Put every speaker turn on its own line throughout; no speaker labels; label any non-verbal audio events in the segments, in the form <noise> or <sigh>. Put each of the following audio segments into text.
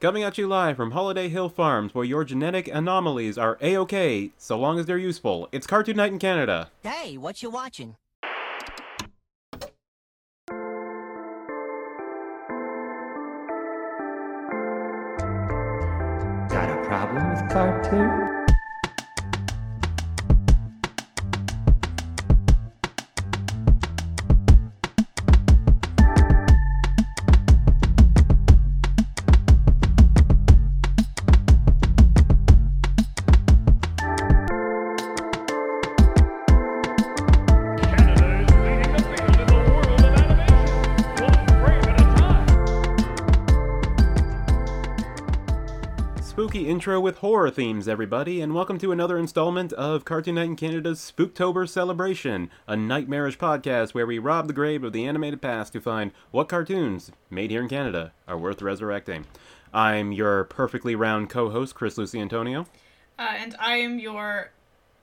Coming at you live from Holiday Hill Farms, where your genetic anomalies are a okay so long as they're useful. It's Cartoon Night in Canada.
Hey, what you watching?
Got a problem with cartoon?
Canada's leading the field in the world of animation, one frame at a time.
Spooky intro with horror themes, everybody, and welcome to another installment of Cartoon Night in Canada's Spooktober Celebration, a nightmarish podcast where we rob the grave of the animated past to find what cartoons made here in Canada are worth resurrecting. I'm your perfectly round co host, Chris Lucy Antonio.
Uh, and I am your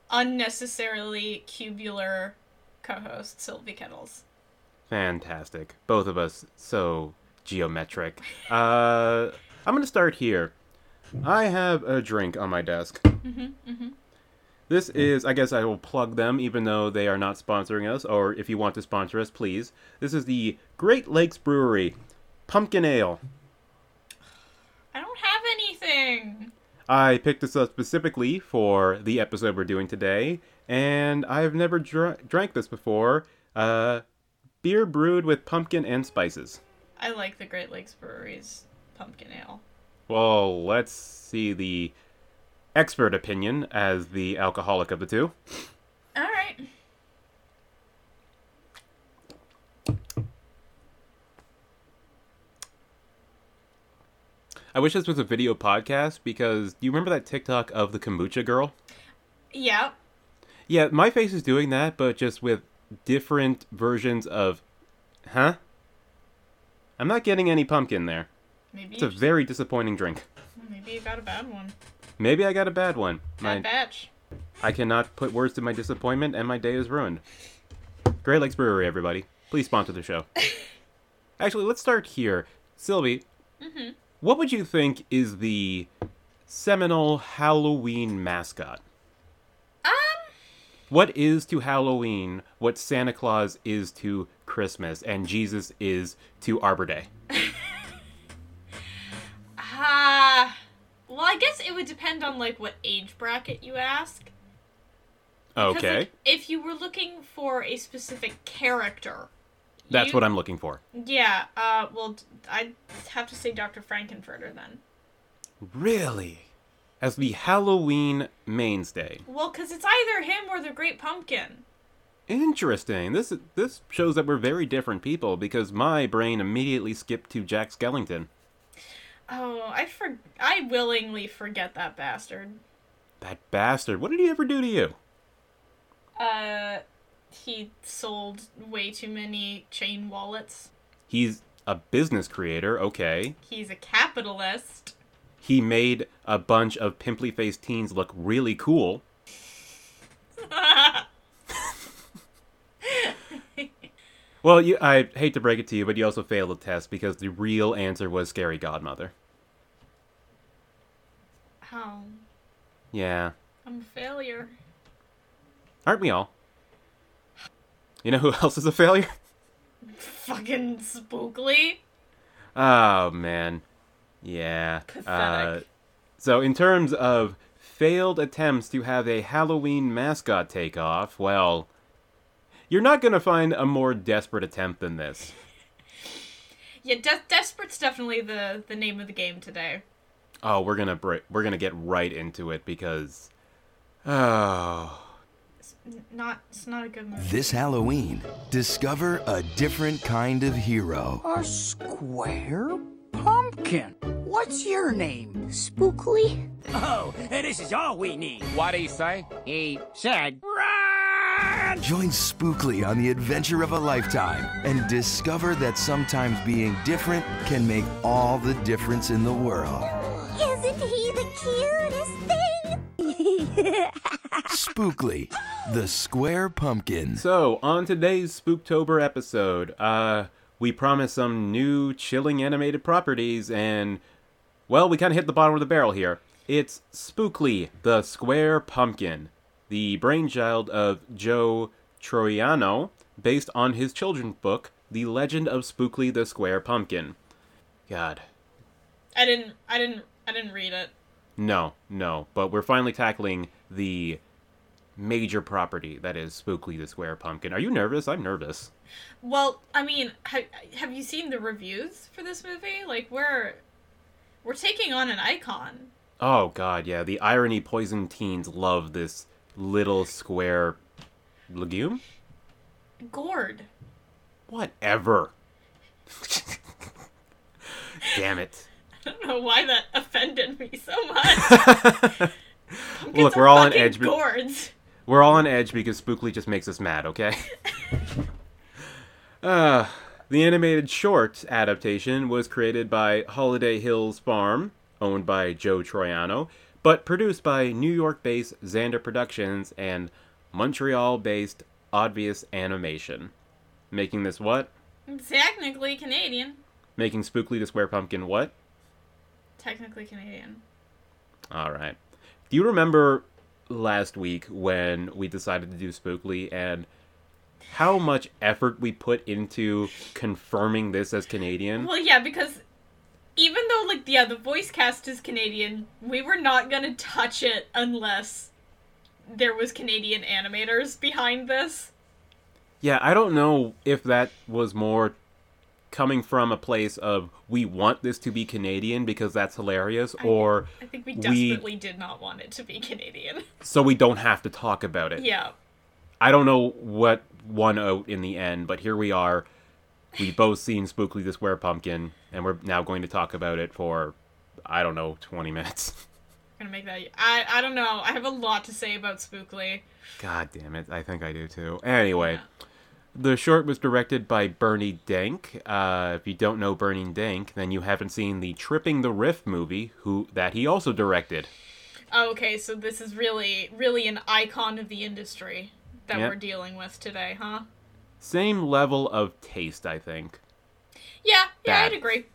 unnecessarily cubular co host, Sylvie Kettles.
Fantastic. Both of us so geometric. Uh, I'm going to start here. I have a drink on my desk. This is, I guess I will plug them, even though they are not sponsoring us, or if you want to sponsor us, please. This is the Great Lakes Brewery Pumpkin Ale.
I don't have anything!
I picked this up specifically for the episode we're doing today, and I've never dr- drank this before. Uh, beer brewed with pumpkin and spices.
I like the Great Lakes Brewery's pumpkin ale.
Well, let's see the expert opinion as the alcoholic of the two.
Alright.
I wish this was a video podcast because you remember that TikTok of the kombucha girl?
Yeah.
Yeah, my face is doing that, but just with different versions of, huh? I'm not getting any pumpkin there.
Maybe,
It's a
you-
very disappointing drink.
maybe you got a bad one.
Maybe I got a bad one.
Bad
My,
batch.
I cannot put words to my disappointment, and my day is ruined. Great Lakes Brewery, everybody. Please sponsor the show. Actually, let's start here. Sylvie,
Mm-hmm.
what would you think is the seminal Halloween mascot?
Um,
What is to Halloween what Santa Claus is to Christmas and Jesus is to Arbor Day?
ah. well, I guess it would depend on, like, what age bracket you ask. 'Cause,
Okay,
like, if you were looking for a specific character,
that's
you-
what I'm looking for.
Yeah, uh, well, d- I'd have to say Dr. Frankenfurter then.
Really? As the Halloween mainstay.
Well, because it's either him or the Great Pumpkin.
Interesting. This this shows that we're very different people because my brain immediately skipped to Jack Skellington.
Oh, I for I willingly forget that bastard.
That bastard. What did he ever do to you?
Uh, he sold way too many chain wallets.
He's a business creator, okay.
He's a capitalist.
He made a bunch of pimply faced teens look really cool. Well, you, I hate to break it to you, but you also failed the test because the real answer was Scary Godmother.
Oh,
Yeah.
I'm a failure.
Aren't we all? You know who <laughs> else is a failure?
Fucking spookly.
Oh, man. Yeah.
Pathetic.
Uh, so, in terms of failed attempts to have a Halloween mascot takeoff, well, you're not going to find a more desperate attempt than this.
Yeah, de- desperate's definitely the the name of the game today.
Oh, we're going to br- we're going to get right into it because oh,
It's n- not. It's not a good movie.
This Halloween, discover a different kind of hero.
A square pumpkin. What's your name?
Spookly?
Oh, this is all we need. What do you say? He said.
Join Spookly on the adventure of a lifetime and discover that sometimes being different can make all the difference in the world.
Isn't he the cutest thing?
Spookly, the square pumpkin.
So, on today's Spooktober episode, uh, we promise some new chilling animated properties, and Well, we kind of hit the bottom of the barrel here. It's Spookly, the Square Pumpkin, the brainchild of Joe Troiano, based on his children's book, The Legend of Spookly the Square Pumpkin. God,
I didn't. I didn't. I didn't read it.
no, no, but we're finally tackling the major property that is Spookly the Square Pumpkin. Are you nervous? I'm nervous.
Well, I mean, have, have you seen the reviews for this movie? Like we're we're taking on an icon.
Oh god, yeah, the irony poison teens love this little square legume?
Gourd. <laughs>
Whatever. <laughs> Damn it.
I don't know why that offended me
<laughs>
so much.
Look, we're all on
Fucking
edge. be-
Gourds.
We're all on edge because Spookly just makes us mad, okay? uh, the animated short adaptation was created by Holiday Hills Farm, owned by Joe Troiano, but produced by New York based Xander Productions and Montreal based Obvious Animation. Making this what?
Technically Canadian.
Making Spookly the Square Pumpkin what?
Technically Canadian.
All right. Do you remember last week when we decided to do Spookly and how much effort we put into confirming this as Canadian?
Well, yeah, because even though like yeah, the voice cast is Canadian, we were not gonna touch it unless there was Canadian animators behind this.
Yeah, I don't know if that was more coming from a place of we want this to be Canadian because that's hilarious or
I think we
We-
desperately did not want it to be Canadian. <laughs>
so we don't have to talk about it.
yeah.
I don't know what won out in the end, but here we are. We both seen Spookly the Square Pumpkin, and we're now going to talk about it for, I don't know, 20 minutes. <laughs>
gonna make that. I I don't know. I have a lot to say about Spookly.
God damn it. I think I do too. Anyway, the short was directed by Bernie Dank. Uh, if you don't know Bernie Dank, then you haven't seen the Tripping the Riff movie who that he also directed.
Oh, okay, so this is really really an icon of the industry that
Yep.
we're dealing with today, huh?
Same level of taste, I think.
Yeah, yeah,
Bad.
I'd agree.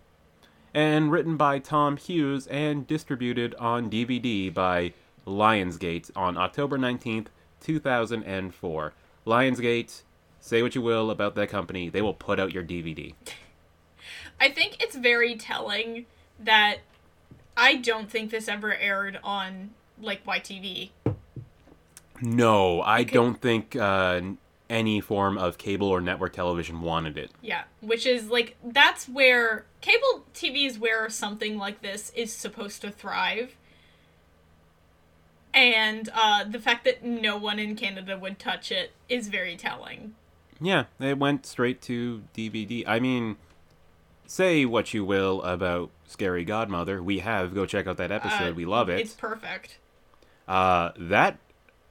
and written by Tom Hughes and distributed on DVD by Lionsgate on October 19th, 2004. Lionsgate, say what you will about that company, they will put out your DVD.
I think it's very telling that I don't think this ever aired on like YTV.
No, I don't think uh, any form of cable or network television wanted it.
Yeah, which is like that's where cable TV is where something like this is supposed to thrive. And uh, the fact that no one in Canada would touch it is very telling.
Yeah, they went straight to DVD. I mean, say what you will about Scary Godmother. We have. Go check out that episode.
Uh,
we love it.
It's perfect.
Uh, that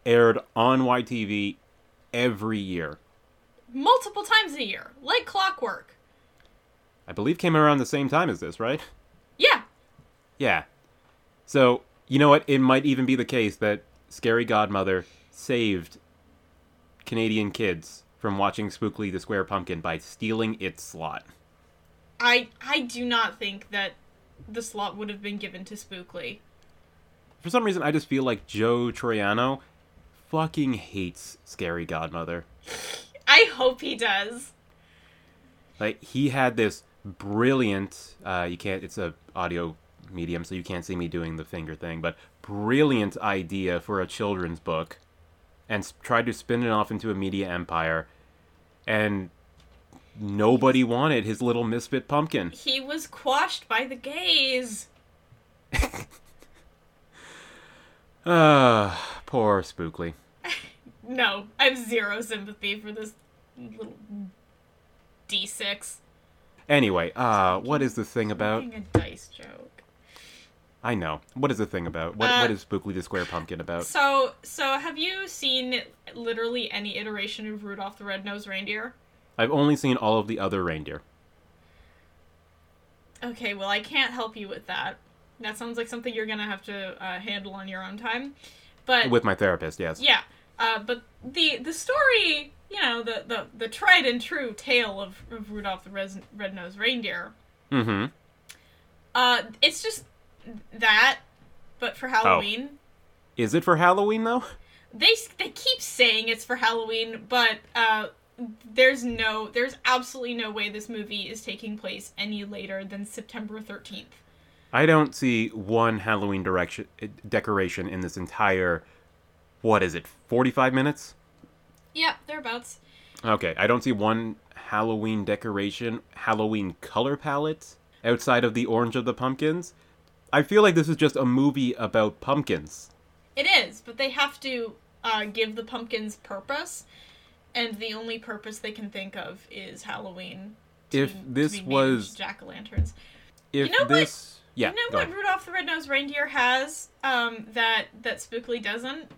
aired on YTV every year.
Multiple times a year, like clockwork.
I believe came around the same time as this, right?
Yeah.
Yeah. So, you know what? It might even be the case that Scary Godmother saved Canadian kids from watching Spookly the Square Pumpkin by stealing its slot.
I I do not think that the slot would have been given to Spookly.
For some reason, I just feel like Joe Troiano fucking hates Scary Godmother.
I hope he does.
Like he had this brilliant. Uh, you can't. It's a audio medium, so you can't see me doing the finger thing. But brilliant idea for a children's book, and s- tried to spin it off into a media empire, and nobody wanted his little misfit pumpkin. <sighs>
He was quashed by the gays.
Ah, poor Spookly.
No, I have zero sympathy for this little D6.
Anyway, uh, what is this thing about?
Making a dice joke.
I know. What is the thing about? What
Uh,
what is Spookly the Square Pumpkin about?
So, so have you seen literally any iteration of Rudolph the Red-Nosed Reindeer?
I've only seen all of the other reindeer.
Okay, well, I can't help you with that. That sounds like something you're gonna have to uh, handle on your own time. But
With my therapist, yes.
yeah, uh, but the the story, you know, the the, the tried and true tale of, of Rudolph the Res- Red-Nosed Reindeer.
Mm-hmm.
Uh, it's just that, but for Halloween.
Is it for Halloween though?
They they keep saying it's for Halloween, but uh, there's no there's absolutely no way this movie is taking place any later than September 13th.
I don't see one Halloween direction eh, decoration in this entire what is it? 45 minutes?
Yeah, thereabouts.
Okay, I don't see one Halloween decoration, Halloween color palette outside of the orange of the pumpkins. I feel like this is just a movie about pumpkins.
It is, but they have to uh, give the pumpkins purpose, and the only purpose they can think of is Halloween.
If
to
this
be made
was
into jack-o'-lanterns.
if
You know what?
this yeah,
you know
go
what
ahead.
Rudolph the Red-Nosed Reindeer has um, that that Spookly doesn't?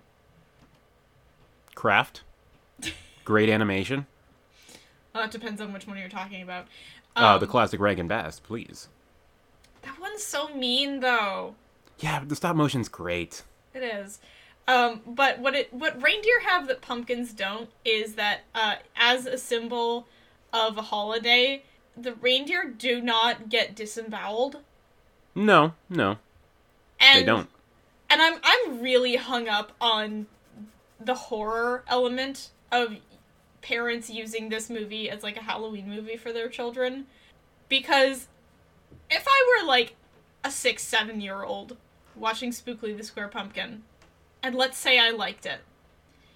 <laughs>
craft great animation.
Well, Uh, it depends on which one you're talking about.
uh
Um,
the classic Rankin Bass, please.
That one's so mean, though.
Yeah, the stop motion's great.
It is. Um, but what it what reindeer have that pumpkins don't is that uh, as a symbol of a holiday, the reindeer do not get disemboweled.
No, no,
And
they don't.
and I'm I'm really hung up on the horror element of parents using this movie as like a Halloween movie for their children because if I were like a 6 7 year old watching Spookly the Square Pumpkin and let's say I liked it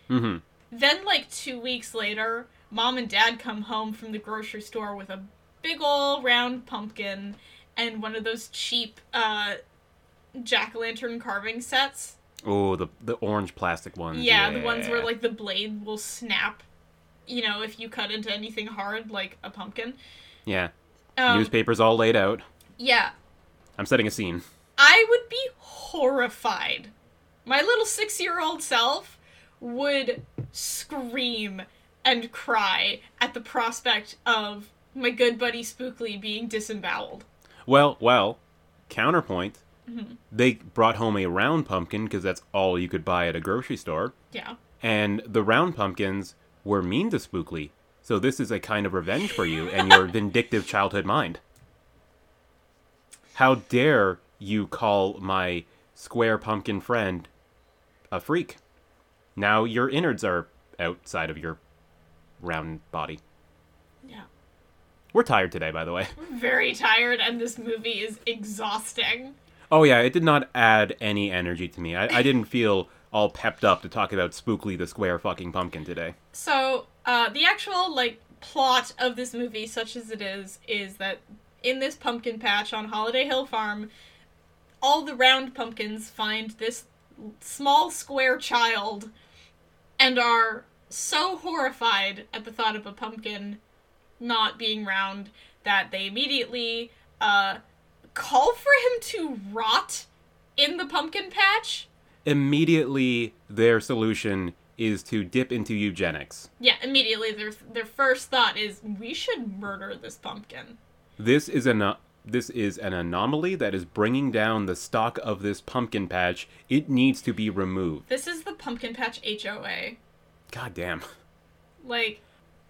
Mm-hmm.
then like 2 weeks later mom and dad come home from the grocery store with a big ol' round pumpkin and one of those cheap uh jack-o'-lantern carving sets
Oh, the the orange plastic ones.
yeah, the ones where
yeah.
like the blade will snap, you know, if you cut into anything hard, like a pumpkin.
yeah,
Um,
newspapers all laid out.
Yeah,
I'm setting a scene.
I would be horrified. My little six-year-old self would scream and cry at the prospect of my good buddy Spookly being disemboweled.
Well, well, counterpoint.
Mm-hmm.
They brought home a round pumpkin because that's all you could buy at a grocery store,
Yeah.
and the round pumpkins were mean to Spookly. So this is a kind of revenge for you and your vindictive childhood mind. How dare you call my square pumpkin friend a freak? Now your innards are outside of your round body.
Yeah.
We're tired today, by the way.
Very tired, and this movie is exhausting.
Oh yeah, it did not add any energy to me. I, I didn't feel all pepped up to talk about Spookly the Square fucking pumpkin today.
So, uh, the actual like plot of this movie, such as it is, is that in this pumpkin patch on Holiday Hill Farm, all the round pumpkins find this small square child and are so horrified at the thought of a pumpkin not being round that they immediately uh, call for him to rot in the pumpkin patch.
Immediately, their solution is to dip into eugenics.
Yeah, immediately their their first thought is we should murder this pumpkin.
This is an uh, this is an anomaly that is bringing down the stock of this pumpkin patch. It needs to be removed.
This is the pumpkin patch HOA.
God damn. <laughs>
Like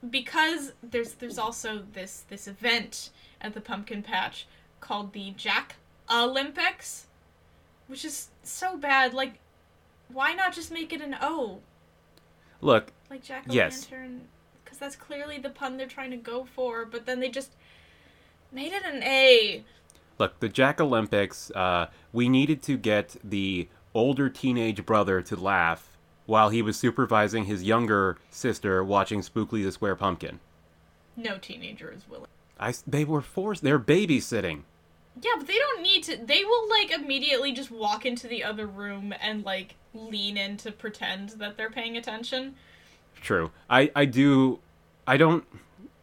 because there's there's also this this event at the pumpkin patch called the Jack Olympics, which is so bad. Like why not just make it an O?
Look,
Like Jack O'
Yes.
Lantern cuz that's clearly the pun they're trying to go for, but then they just made it an A.
look, the Jack Olympics. Uh, we needed to get the older teenage brother to laugh while he was supervising his younger sister watching Spookly the Square Pumpkin.
No teenager is willing.
I s- they were forced. They're babysitting.
Yeah, but they don't need to. They will like immediately just walk into the other room and like lean in to pretend that they're paying attention.
True. I I do. I don't.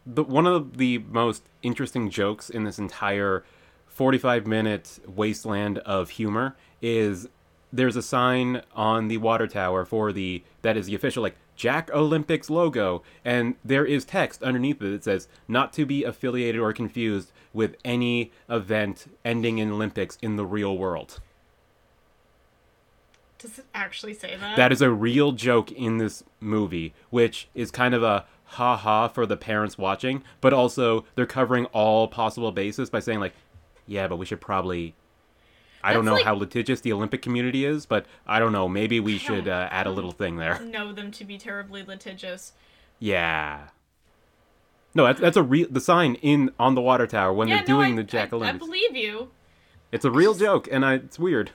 The one of the most interesting jokes in this entire forty-five minute wasteland of humor is there's a sign on the water tower for the that is the official like Jack Olympics logo and there is text underneath it that says not to be affiliated or confused with any event ending in Olympics in the real world.
Does it actually say that?
That is a real joke in this movie, which is kind of a ha ha for the parents watching, but also they're covering all possible bases by saying like, yeah, but we should probably I don't
That's
know
like-
how litigious the Olympic community is, but I don't know. Maybe we should uh, add a little thing there.
know them to be terribly litigious.
Yeah. No, that's, that's a real the sign in on the water tower when
yeah,
they're doing
no,
the
I,
jack o'
I, I
lanterns.
believe you.
It's a real joke, and I, it's weird.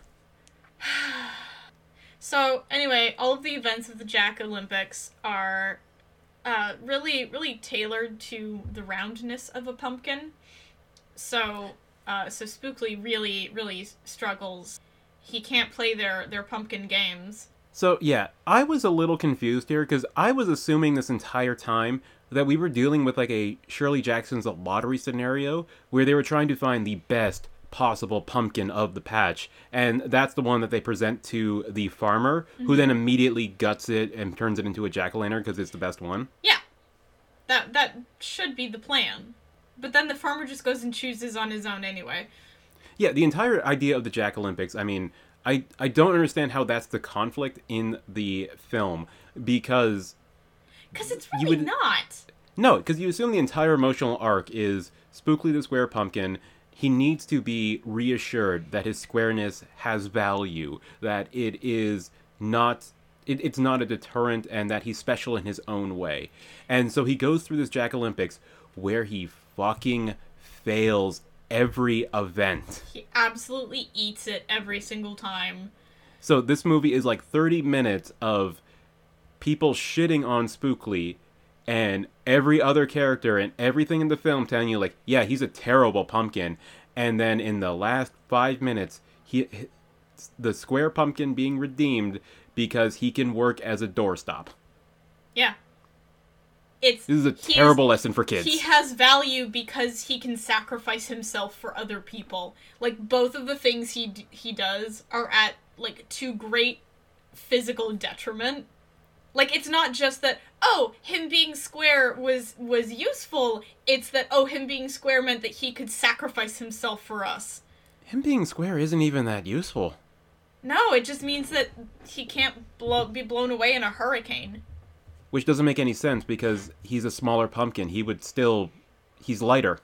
So anyway, all of the events of the Jack Olympics are uh, really, really tailored to the roundness of a pumpkin. So, uh, so Spookly really, really struggles. He can't play their their pumpkin games.
So yeah, I was a little confused here because I was assuming this entire time that we were dealing with like a Shirley Jackson's lottery scenario where they were trying to find the best possible pumpkin of the patch, and that's the one that they present to the farmer, who then immediately guts it and turns it into a jack o' lantern because it's the best one.
Yeah, that that should be the plan. But then the farmer just goes and chooses on his own anyway.
Yeah, the entire idea of the Jack Olympics, I mean, I, I don't understand how that's the conflict in the film because
Because it's
You
really
would-
not.
no, because you assume the entire emotional arc is Spookly the Square Pumpkin. He needs to be reassured that his squareness has value, that it is not it, it's not a deterrent, and that he's special in his own way. And so he goes through this Jack Olympics where he fucking fails every event.
He absolutely eats it every single time.
So this movie is like 30 minutes of people shitting on Spookly and every other character and everything in the film telling you like, yeah, he's a terrible pumpkin. And then in the last 5 minutes, he he- the square pumpkin being redeemed because he can work as a doorstop.
Yeah. It's
This is a
he is-
terrible lesson for kids.
He has value because he can sacrifice himself for other people. Like both of the things he d- he does are at like too great physical detriment. Like it's not just that oh him being square was was useful. It's that oh him being square meant that he could sacrifice himself for us.
Him being square isn't even that useful.
No, it just means that he can't blow, be blown away in a hurricane.
Which doesn't make any sense because he's a smaller pumpkin. He would still he's lighter.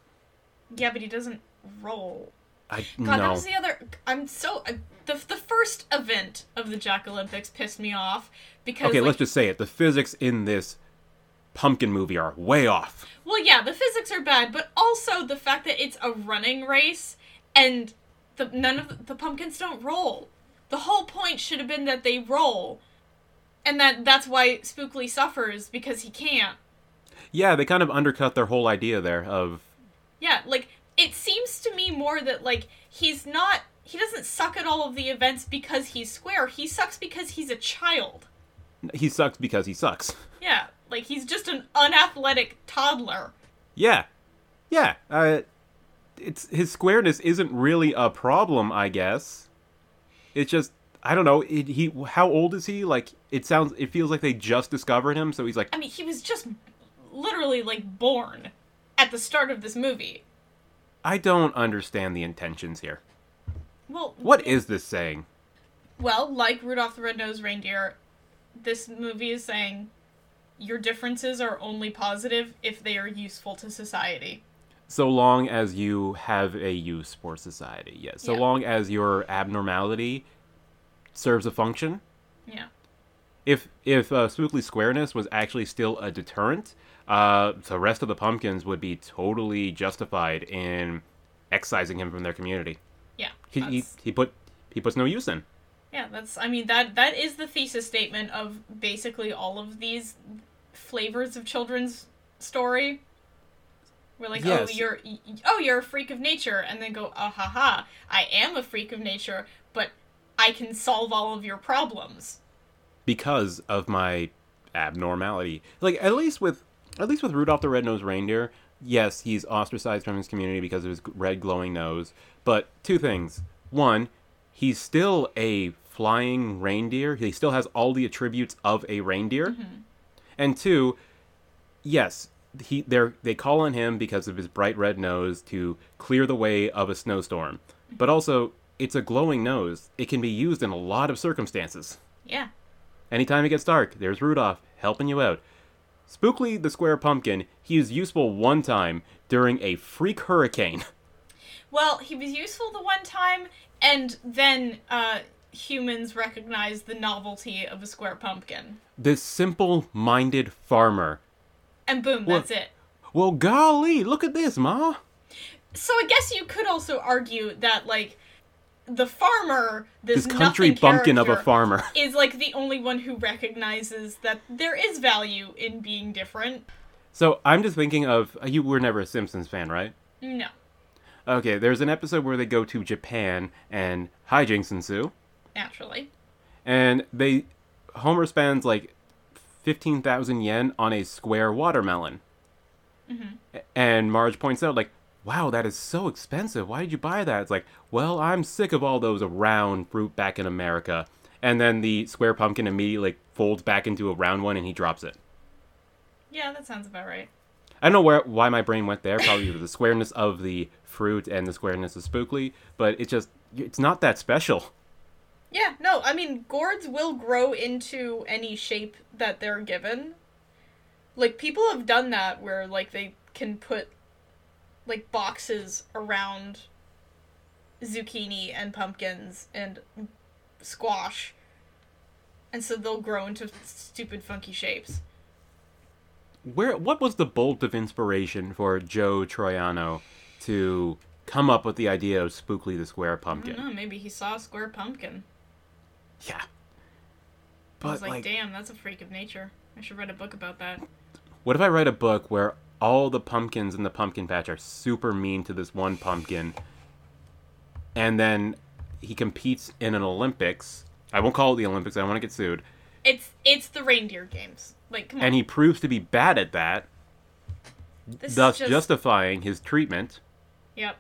Yeah, but he doesn't roll.
I no.
God, that was the other. I'm so I, the the first event of the Jack Olympics pissed me off because
Okay,
like,
let's just say it. The physics in this pumpkin movie are way off.
well, yeah, the physics are bad, but also the fact that it's a running race and the none of the, the pumpkins don't roll. The whole point should have been that they roll, and that that's why Spookly suffers because he can't.
Yeah, they kind of undercut their whole idea there of
Yeah, like it seems to me more that like he's not he doesn't suck at all of the events because he's square. He sucks because he's a child.
he sucks because he sucks.
Yeah, like he's just an unathletic toddler.
Yeah. Yeah. Uh, it's his squareness isn't really a problem, I guess. It's just I don't know. It, he how old is he? Like it sounds it feels like they just discovered him, so he's like
I mean, he was just literally like born at the start of this movie.
I don't understand the intentions here.
Well,
What is this saying?
Well, like Rudolph the Red-Nosed Reindeer, this movie is saying your differences are only positive if they are useful to society.
So long as you have a use for society, yes. So
Yeah.
long as your abnormality serves a function.
Yeah.
If if uh, Spookly Squareness was actually still a deterrent, uh, the rest of the pumpkins would be totally justified in excising him from their community.
Yeah.
He, he,
that's-
he put he puts no use in.
Yeah, that's I mean that that is the thesis statement of basically all of these flavors of children's story. We're like, oh,
Yes.
you're y- y- oh, you're a freak of nature, and then go, ah ha ha, I am a freak of nature, but I can solve all of your problems.
because of my abnormality. Like at least with at least with Rudolph the Red-Nosed Reindeer, yes, he's ostracized from his community because of his g- red glowing nose, but two things. One, he's still a flying reindeer. He still has all the attributes of a reindeer. And two, yes, he they they call on him because of his bright red nose to clear the way of a snowstorm. But also, it's a glowing nose. It can be used in a lot of circumstances.
Yeah,
Anytime it gets dark, there's Rudolph helping you out. Spookly the Square Pumpkin, he is useful one time during a freak hurricane. <laughs>
Well, he was useful the one time and then uh, humans recognize the novelty of a square pumpkin,
This simple minded farmer.
and boom,
Well-
that's it.
Well, golly, look at this, Ma.
So I guess you could also argue that like the farmer, this,
This country
nothing
bumpkin of a
character,
farmer. <laughs>
is like the only one who recognizes that there is value in being different.
So I'm just thinking of uh, you were never a Simpsons fan, right?
No.
Okay, there's an episode where they go to Japan and hijinks ensue,
Naturally.
and they Homer spends like fifteen thousand yen on a square watermelon, A- and Marge points out like, "Wow, that is so expensive. Why did you buy that?" It's like, "Well, I'm sick of all those round fruit back in America." And then the square pumpkin immediately folds back into a round one, and he drops it.
Yeah, that sounds about right.
I don't know where why my brain went there. Probably due to the squareness of the fruit and the squareness of Spookly, but it just it's not that special.
Yeah, no, I mean, gourds will grow into any shape that they're given. Like, people have done that where, like, they can put, like, boxes around zucchini and pumpkins and squash. And so they'll grow into stupid, funky shapes.
Where what was the bolt of inspiration for Joe Troiano to come up with the idea of Spookly the Square
I don't
Pumpkin?
know, maybe he saw a square pumpkin.
Yeah,
I was
but
like,
like,
damn, that's a freak of nature. I should write a book about that.
what if I write a book where all the pumpkins in the pumpkin patch are super mean to this one pumpkin, and then he competes in an Olympics? I won't call it the Olympics. I don't want to get sued.
It's it's the reindeer games. Like, come on.
and he proves to be bad at that,
this
thus
is just...
justifying his treatment.
Yep.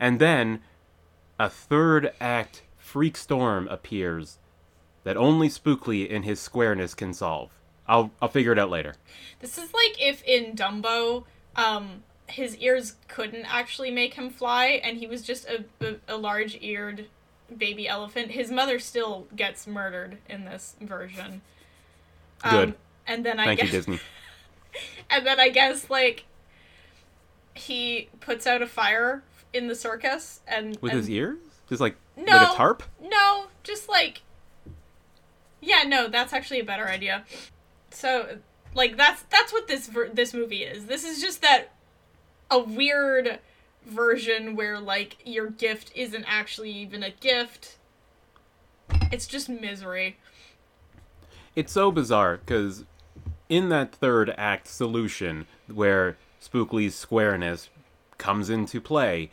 And then a third act freak storm appears that only Spookly in his squareness can solve. I'll I'll figure it out later.
This is like if in Dumbo, um, his ears couldn't actually make him fly, and he was just a, a, a large eared baby elephant. His mother still gets murdered in this version. Um,
Good.
And then I
Thank
guess,
you, Disney.
<laughs> And then I guess like he puts out a fire in the circus, and
With
and
his ears? Just like
no,
like a tarp?
No, just like yeah, no, that's actually a better idea. So, like that's that's what this ver- this movie is. This is just that a weird version where like your gift isn't actually even a gift. It's just misery.
It's so bizarre because in that third act solution where Spookly's squareness comes into play,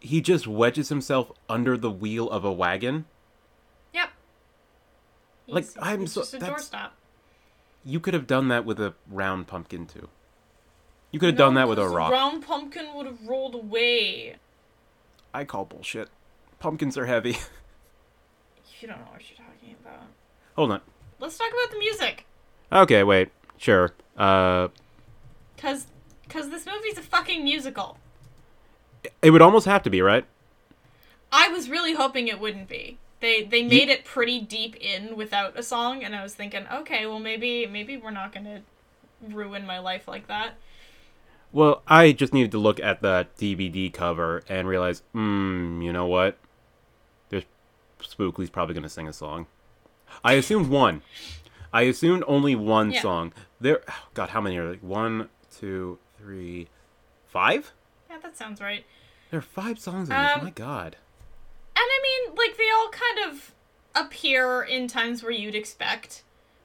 he just wedges himself under the wheel of a wagon.
Yep.
Like,
He's-
I'm
he's
so-
just a
that's-
doorstop.
You could have done that with a round pumpkin too. You could have done
No,
that with a
'cause the
rock.
Round pumpkin would have rolled away.
I call bullshit. Pumpkins are heavy. <laughs>
You don't know what you're talking about.
Hold on.
Let's talk about the music.
Okay, wait. Sure. Uh,
Cause, cause this movie's a fucking musical.
it would almost have to be right.
I was really hoping it wouldn't be. They they made it pretty deep in without a song, and I was thinking, okay, well maybe maybe we're not gonna ruin my life like that.
Well, I just needed to look at the DVD cover and realize, hmm, you know what? There's Spookly's probably gonna sing a song. I assumed one. I assumed only one
Yeah.
song. There. oh God, how many are there? One, two, three, five.
Yeah, that sounds right.
There are five songs in this.
Um,
My God.
And I mean, like they all kind of appear in times where you'd expect.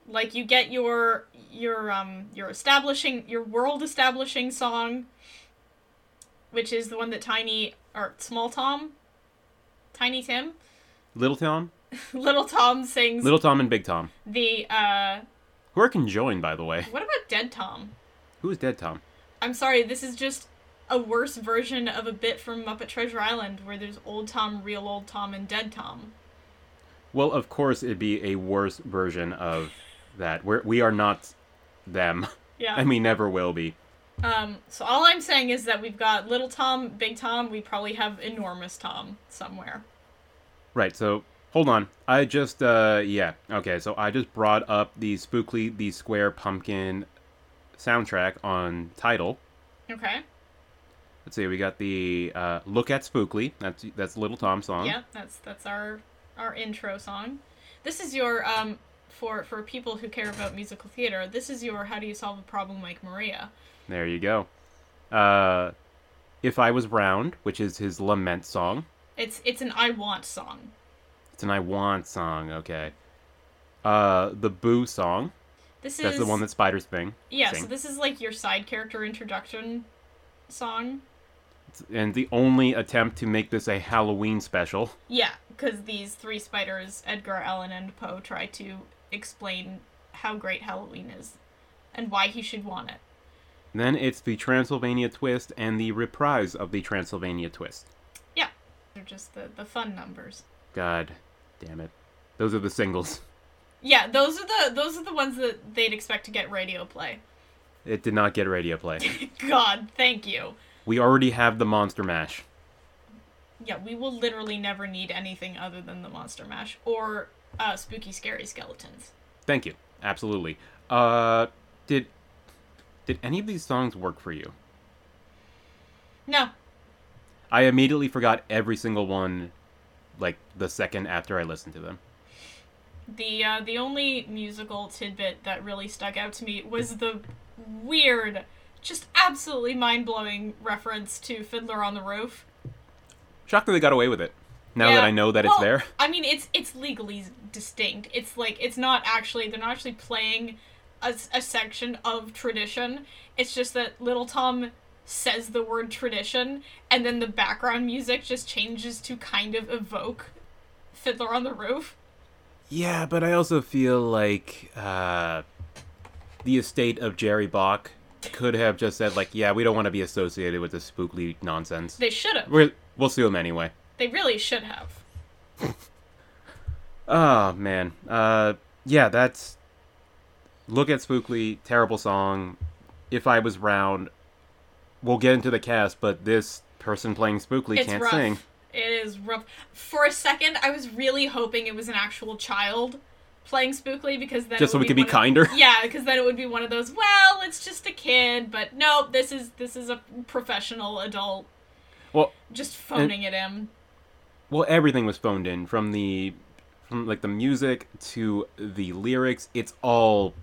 Like you get your your um your establishing your world establishing song, which is the one that Tiny or Small Tom, Tiny Tim, <laughs>
Little Tom,
Little Tom sings
Little Tom, and Big Tom,
the uh
who are conjoined, by the way.
what about Dead Tom?
Who is Dead Tom?
I'm sorry, this is just a worse version of a bit from Muppet Treasure Island where there's old Tom, real old Tom, and dead Tom.
Well, of course, it'd be a worse version of that. We're, we are not them, <laughs>
Yeah.
and we never will be.
um, so all I'm saying is that we've got little Tom, big Tom, we probably have enormous Tom somewhere.
Right, so hold on. I just, uh, yeah. Okay, so I just brought up the Spookly the Square Pumpkin soundtrack on title.
Okay.
Let's see, we got the uh, "Look at Spookly." That's that's Little Tom song.
Yeah, that's that's our our intro song. This is your um for for people who care about musical theater. This is your how do you solve a problem like Maria.
There you go. Uh, "If I Was Round," which is his lament song.
It's it's an I want song.
It's an "I Want" song. Okay. Uh, the "Boo" song.
This
That's
is
the one that spiders sing.
yeah.
sing.
So this is like your side character introduction song.
and the only attempt to make this a Halloween special.
Yeah, because these three spiders, Edgar, Allan, and Poe, try to explain how great Halloween is and why he should want it.
Then it's the Transylvania twist and the reprise of the Transylvania twist.
Yeah, they're just the the fun numbers.
God damn it. Those are the singles.
Yeah, those are the those are the ones that they'd expect to get radio play. <laughs>
It did not get radio play.
God, thank you.
We already have the Monster Mash.
Yeah, we will literally never need anything other than the Monster Mash or uh, spooky, scary skeletons.
Thank you. Absolutely. Uh did did any of these songs work for you?
No,
I immediately forgot every single one like the second after I listened to them.
the uh, the only musical tidbit that really stuck out to me was the weird, just absolutely mind blowing reference to Fiddler on the Roof.
Shocked that they got away with it. Now that
Yeah.
I know that it's
Well,
there.
I mean, it's it's legally distinct. It's like it's not actually they're not actually playing a, s- a section of tradition. It's just that Little Tom says the word tradition, and then the background music just changes to kind of evoke Fiddler on the Roof.
Yeah, but I also feel like uh, the estate of Jerry Bach could have just said, like, yeah, we don't want to be associated with this spookly nonsense.
They should have.
We're, we'll sue him anyway.
They really should have.
Oh, man. Uh, yeah, that's. Look at Spookly, terrible song. If I was round, we'll get into the cast, but this person playing Spookly
It's
can't
rough.
sing.
It is rough. For a second, I was really hoping it was an actual child playing Spookly because then
Just
it
so
would
we could be
one of-
kinder.
yeah, because then it would be one of those. Well, it's just a kid, but no, this is this is a professional adult
Well,
just phoning it in.
well everything was phoned in from the from like the music to the lyrics it's all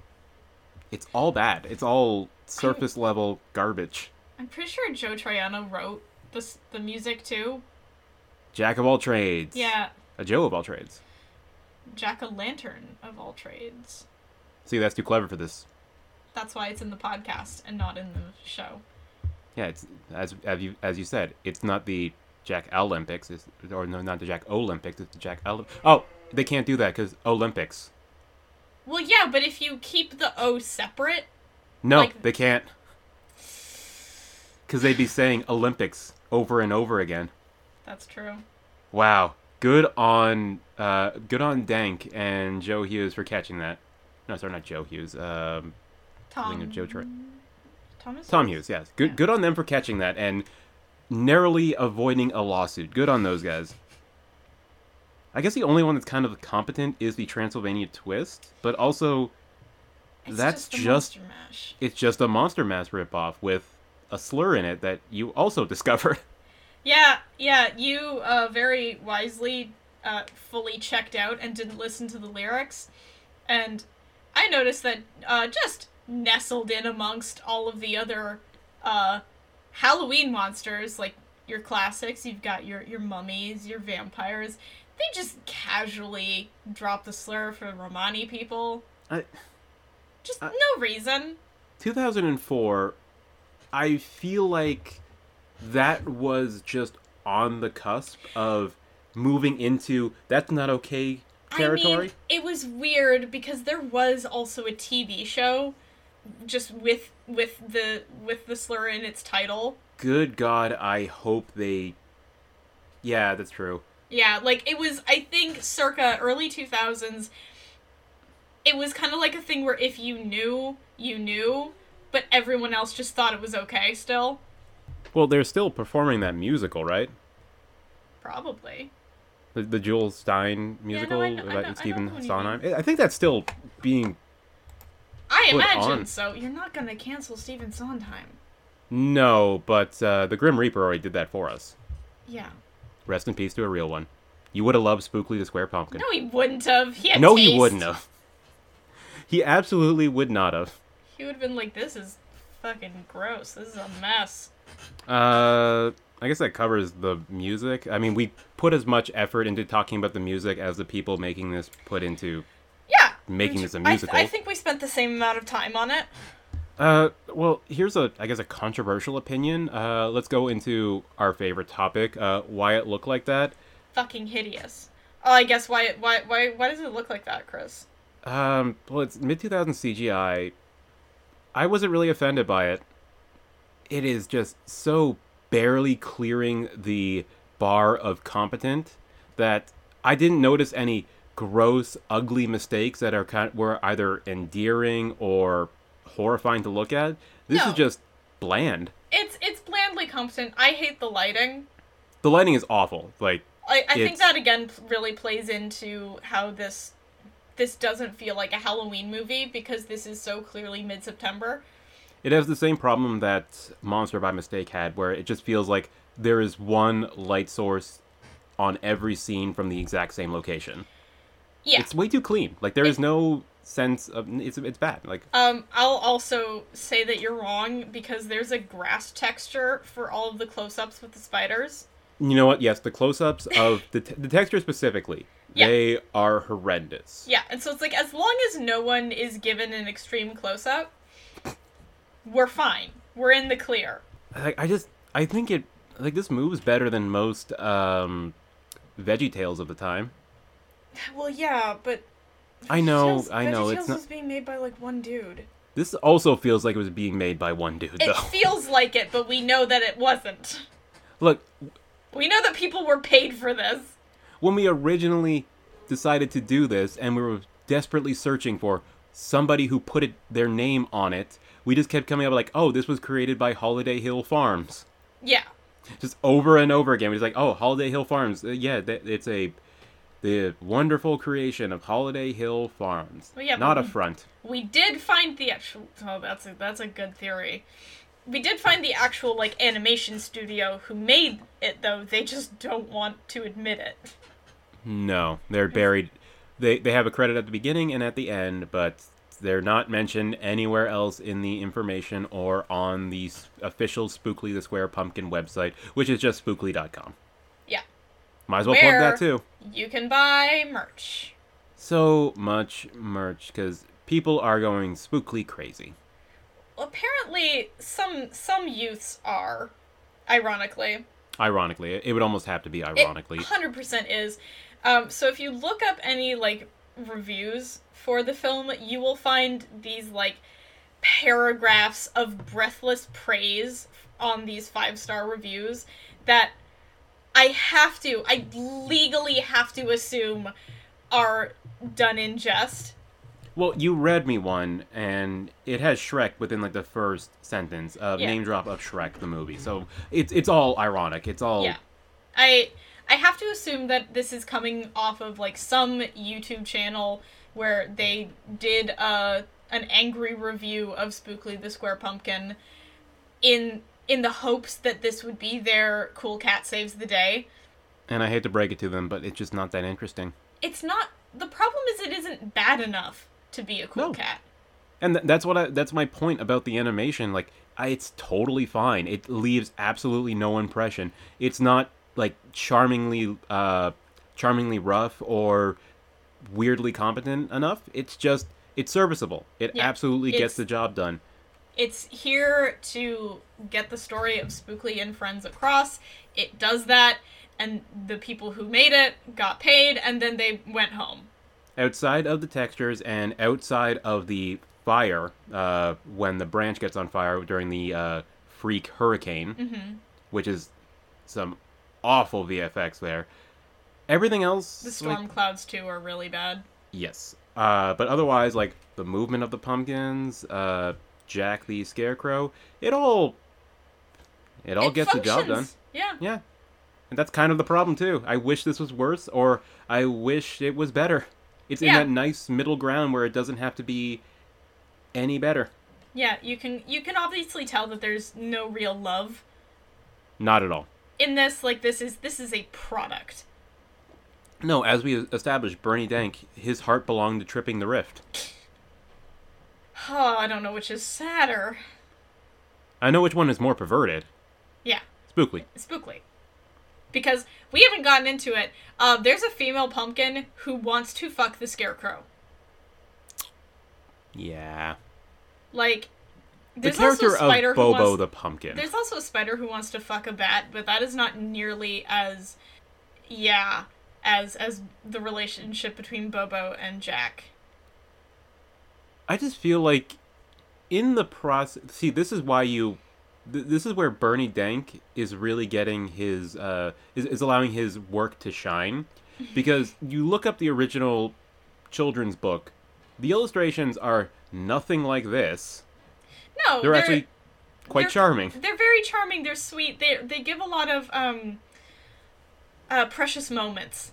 it's all bad it's all surface level garbage
I'm pretty sure Joe Traiano wrote this the music too.
jack of all trades
Yeah,
a joe of all trades
Jack o' Lantern of all trades.
see that's too clever for this
That's why it's in the podcast and not in the show.
yeah it's as as you as you said it's not the jack olympics it's, or no not the jack olympics it's the jack Olymp- oh they can't do that because olympics
Well, yeah, but if you keep the O separate,
no
Like-
they can't because they'd be saying olympics over and over again
that's true.
Wow. Good on uh good on Dank and Joe Hughes for catching that. No, sorry, not Joe Hughes. Um I think
Tom.
of Joe Tra-
Thomas.
Tom Hughes, yes. Good good on them for catching that and narrowly avoiding a lawsuit. Good on those guys. I guess the only one that's kind of competent is the Transylvania twist, but also
It's
That's
the
just-
Monster Mash.
it's just a Monster Mass ripoff with a slur in it that you also <laughs> discovered.
Yeah, yeah. You uh, very wisely uh, fully checked out and didn't listen to the lyrics, and I noticed that uh, just nestled in amongst all of the other uh, Halloween monsters, like your classics. You've got your your mummies, your vampires. They just casually drop the slur for Romani people.
I,
Just
Uh,
no reason.
2004 i feel like that was just on the cusp of moving into that's not okay territory
I mean, it was weird because there was also a TV show just with with the with the slur in its title.
good god i hope they yeah that's true
Yeah, like it was I think circa early 2000s it was kind of like a thing where if you knew, you knew, but everyone else just thought it was okay still.
well they're still performing that musical right
Probably.
the, the Joel Stein musical
I know- I know- I know
about Stephen
the one you
Sondheim. I think that's still being.
I
Put
imagine
on.
so. You're not going to cancel Stephen Sondheim.
No, but uh, the Grim Reaper already did that for us.
Yeah.
Rest in peace to a real one. You would have loved Spookly the Square Pumpkin.
No, he wouldn't have. He had
No, he
taste.
wouldn't have. He absolutely would not have.
He would have been like, "This is fucking gross. This is a mess."
Uh, I guess that covers the music. I mean, we put as much effort into talking about the music as the people making this put into.
Yeah.
Making this a
I-
musical.
I, think we spent the same amount of time on it.
Uh, well, here's a, I guess, a controversial opinion. Uh, let's go into our favorite topic. Uh, why it looked like that.
Fucking hideous. Oh, I guess why why why why does it look like that, Chris?
Um, well, it's mid 2000 CGI. I wasn't really offended by it. It is just so barely clearing the bar of competent that I didn't notice any gross, ugly mistakes that are kind were either endearing or horrifying to look at. This
No.
is just bland.
It's it's blandly competent. I hate the lighting.
The lighting is awful. Like,
I, I think
It's-
that again p- really plays into how this this doesn't feel like a Halloween movie because this is so clearly mid September.
It has the same problem that Monster by Mistake had, where it just feels like there is one light source on every scene from the exact same location.
Yeah.
It's way too clean. Like there is no sense of it's it's bad. Like
Um, I'll also say that you're wrong because there's a grass texture for all of the close ups with the spiders.
you know what? Yes, the close-ups of the t- the texture specifically,
Yeah.
they are horrendous.
Yeah, and so it's like as long as no one is given an extreme close up, we're fine. We're in the clear.
Like I just I think it like this moves better than most um Veggie Tales of the time.
Well, yeah, but
I know, I know. It's not.
was being made by like one dude.
This also feels like it was being made by one dude,
It
though.
feels like it, but we know that it wasn't.
<laughs> Look,
We know that people were paid for this.
when we originally decided to do this and we were desperately searching for somebody who put it, their name on it, we just kept coming up with like, oh, this was created by Holiday Hill Farms.
Yeah.
Just over and over again. We're just like, oh, Holiday Hill Farms. Uh, yeah, th- it's a the wonderful creation of Holiday Hill Farms.
Well, yeah,
Not
but
a
we-
front.
We did find the actual. Oh, that's a that's a good theory. We did find the actual like animation studio who made it though. They just don't want to admit it.
No, they're buried. They they have a credit at the beginning and at the end, but they're not mentioned anywhere else in the information or on the s- official Spookly the Square Pumpkin website, which is just spookly.com.
Yeah.
Might as well
Where-
plug that too.
You can buy merch.
So much merch because people are going spookly crazy.
Apparently, some some youths are, ironically.
Ironically, it would almost have to be
It
ironically.
100% is. Um, so if you look up any like reviews for the film, you will find these like paragraphs of breathless praise on these five-star reviews that I have to, I legally have to assume are done in jest.
Well, you read me one, and it has Shrek within like the first sentence of
Yeah.
name drop of Shrek the movie. So it's it's all ironic. It's all
Yeah. I I have to assume that this is coming off of like some YouTube channel where they did uh, an angry review of Spookly the Square Pumpkin in in the hopes that this would be their cool cat saves the day.
And I hate to break it to them, but it's just not that interesting.
It's not the problem is it isn't bad enough to be a cool
No.
cat.
And th- that's what I, that's my point about the animation. Like, I, it's totally fine. It leaves absolutely no impression. It's not like charmingly, uh, charmingly rough or weirdly competent enough. It's just it's serviceable. It
Yeah,
absolutely gets
it's-
the job done.
It's here to get the story of Spookly and Friends across. It does that, and the people who made it got paid, and then they went home.
Outside of the textures and outside of the fire, uh, when the branch gets on fire during the uh, freak hurricane,
Mm-hmm.
which is some awful VFX there. Everything else,
The
like-
storm clouds too are really bad.
yes. Uh, but otherwise, like the movement of the pumpkins, uh, Jack the Scarecrow, it all, it all
It
gets the job done.
functions. Yeah.
Yeah, and that's kind of the problem too. I wish this was worse, or I wish it was better. It's
Yeah.
in that nice middle ground where it doesn't have to be any better.
Yeah, you can you can obviously tell that there's no real love
Not at all.
in this. Like this is this is a product.
No, as we established, Bernie Dank, his heart belonged to tripping the rift.
Oh, I don't know which is sadder.
I know which one is more perverted.
Yeah,
Spookly.
spookly. Because we haven't gotten into it. Uh, there's a female pumpkin who wants to fuck the scarecrow.
Yeah.
Like
The
there's
character
also a spider
of
who
Bobo
wants
the pumpkin.
There's also a spider who wants to fuck a bat, but that is not nearly as yeah, as as the relationship between Bobo and Jack.
I just feel like in the process. See, this is why you. th- This is where Bernie Dank is really getting his uh, is, is allowing his work to shine, because you look up the original children's book, the illustrations are nothing like this.
No,
They're, actually quite
they're-
charming.
They're very charming, they're sweet. They they give a lot of um uh precious moments.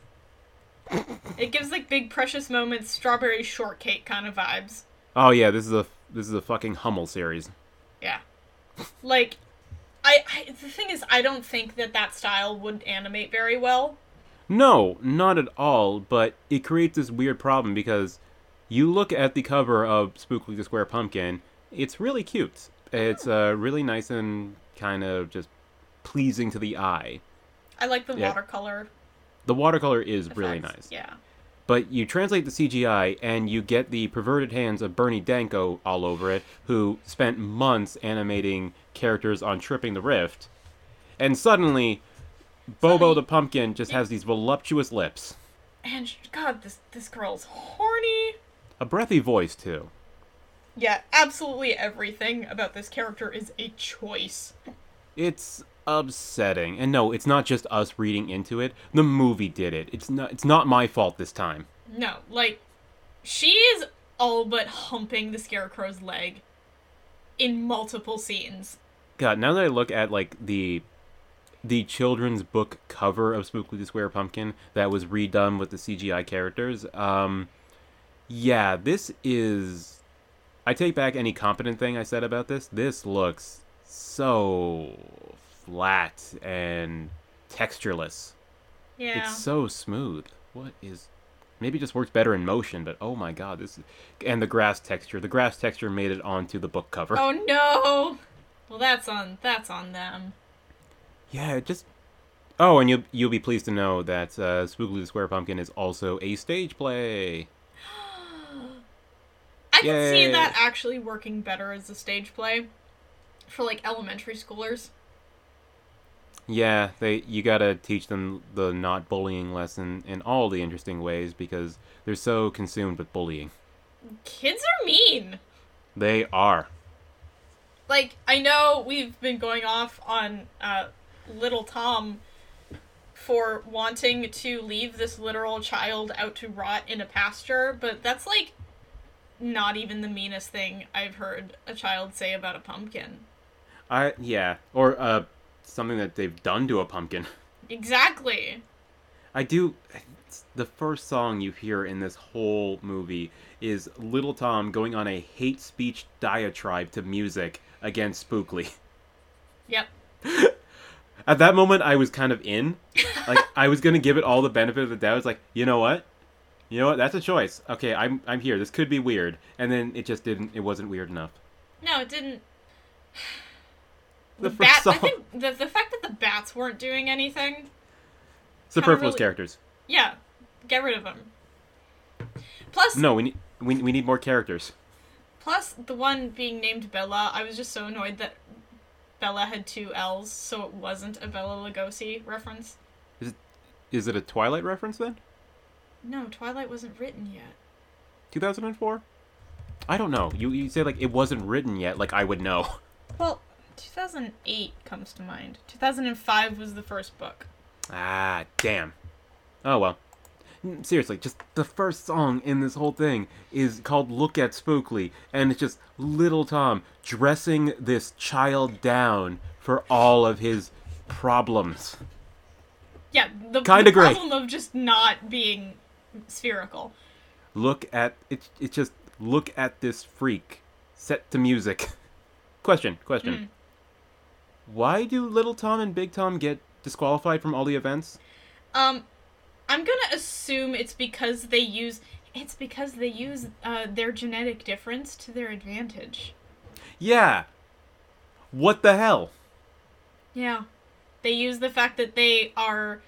it gives like big precious moments, strawberry shortcake kind of vibes.
Oh yeah, this is a this is a fucking Hummel series.
Yeah. Like I, I the thing is I don't think that that style would animate very well.
No, not at all, but it creates this weird problem because you look at the cover of Spookly the Square Pumpkin, it's really cute. It's uh, really nice and kind of just pleasing to the eye.
I like the
Yeah.
watercolor
The watercolor is really
effects.
nice.
Yeah.
But you translate the CGI and you get the perverted hands of Bernie Danko all over it, who spent months animating characters on Tripping the Rift, and suddenly Bobo the Pumpkin just has these voluptuous lips.
And sh- God, this this girl's horny.
A breathy voice, too.
Yeah, absolutely everything about this character is a choice.
It's upsetting. And no, it's not just us reading into it. The movie did it. It's not it's not my fault this time.
No, like she is all but humping the scarecrow's leg in multiple scenes.
God, now that I look at like the the children's book cover of Spookly the Square Pumpkin that was redone with the CGI characters, um yeah, this is I take back any competent thing I said about this. This looks so flat and textureless.
Yeah.
It's so smooth. What is maybe it just works better in motion, but oh my god, this is, and the grass texture. The grass texture made it onto the book cover.
Oh no. Well, that's on that's on them.
Yeah, it just Oh, and you you'll be pleased to know that uh, Spookly the Square Pumpkin is also a stage play.
I can see
Yay.
that actually working better as a stage play for like elementary schoolers.
Yeah, they you gotta teach them the not bullying lesson in all the interesting ways because they're so consumed with bullying.
Kids are mean.
They are.
like I know we've been going off on uh, little Tom for wanting to leave this literal child out to rot in a pasture, but that's like not even the meanest thing I've heard a child say about a pumpkin.
I yeah, or uh something that they've done to a pumpkin. <laughs>
Exactly.
I do. it's- The first song you hear in this whole movie is Little Tom going on a hate speech diatribe to music against Spookly. <laughs>
Yep.
At that moment, I was kind of in. Like, I was gonna give it all the benefit of the doubt. It's like, you know what? You know what? That's a choice. Okay, I'm I'm here. This could be weird. And then it just didn't. It wasn't weird enough.
No, it didn't. <sighs>
The
Bat.
first
I
song.
think the the fact that the bats weren't doing anything
Superfluous
really-
characters.
Yeah, get rid of them. Plus,
No, we need we, we need more characters.
plus the one being named Bella. I was just so annoyed that Bella had two L's, so it wasn't a Bella Lugosi reference.
Is it is it a Twilight reference then?
No, Twilight wasn't written yet.
2004? I don't know. You you say like it wasn't written yet, like I would know. <laughs>
Well, 2008 comes to mind. 2005 was the first book.
Ah, damn. Oh well. N- Seriously, just the first song in this whole thing is called Look at Spookly, and it's just little Tom dressing this child down for all of his problems.
Yeah, the,
Kinda
the
great.
problem of just not being spherical.
Look at it it's just look at this freak Set to music. <laughs> question, question. Why do Little Tom and Big Tom get disqualified from all the events?
Um, I'm gonna assume it's because they use it's because they use uh, their genetic difference to their advantage.
Yeah. What the hell?
Yeah, they use the fact that they are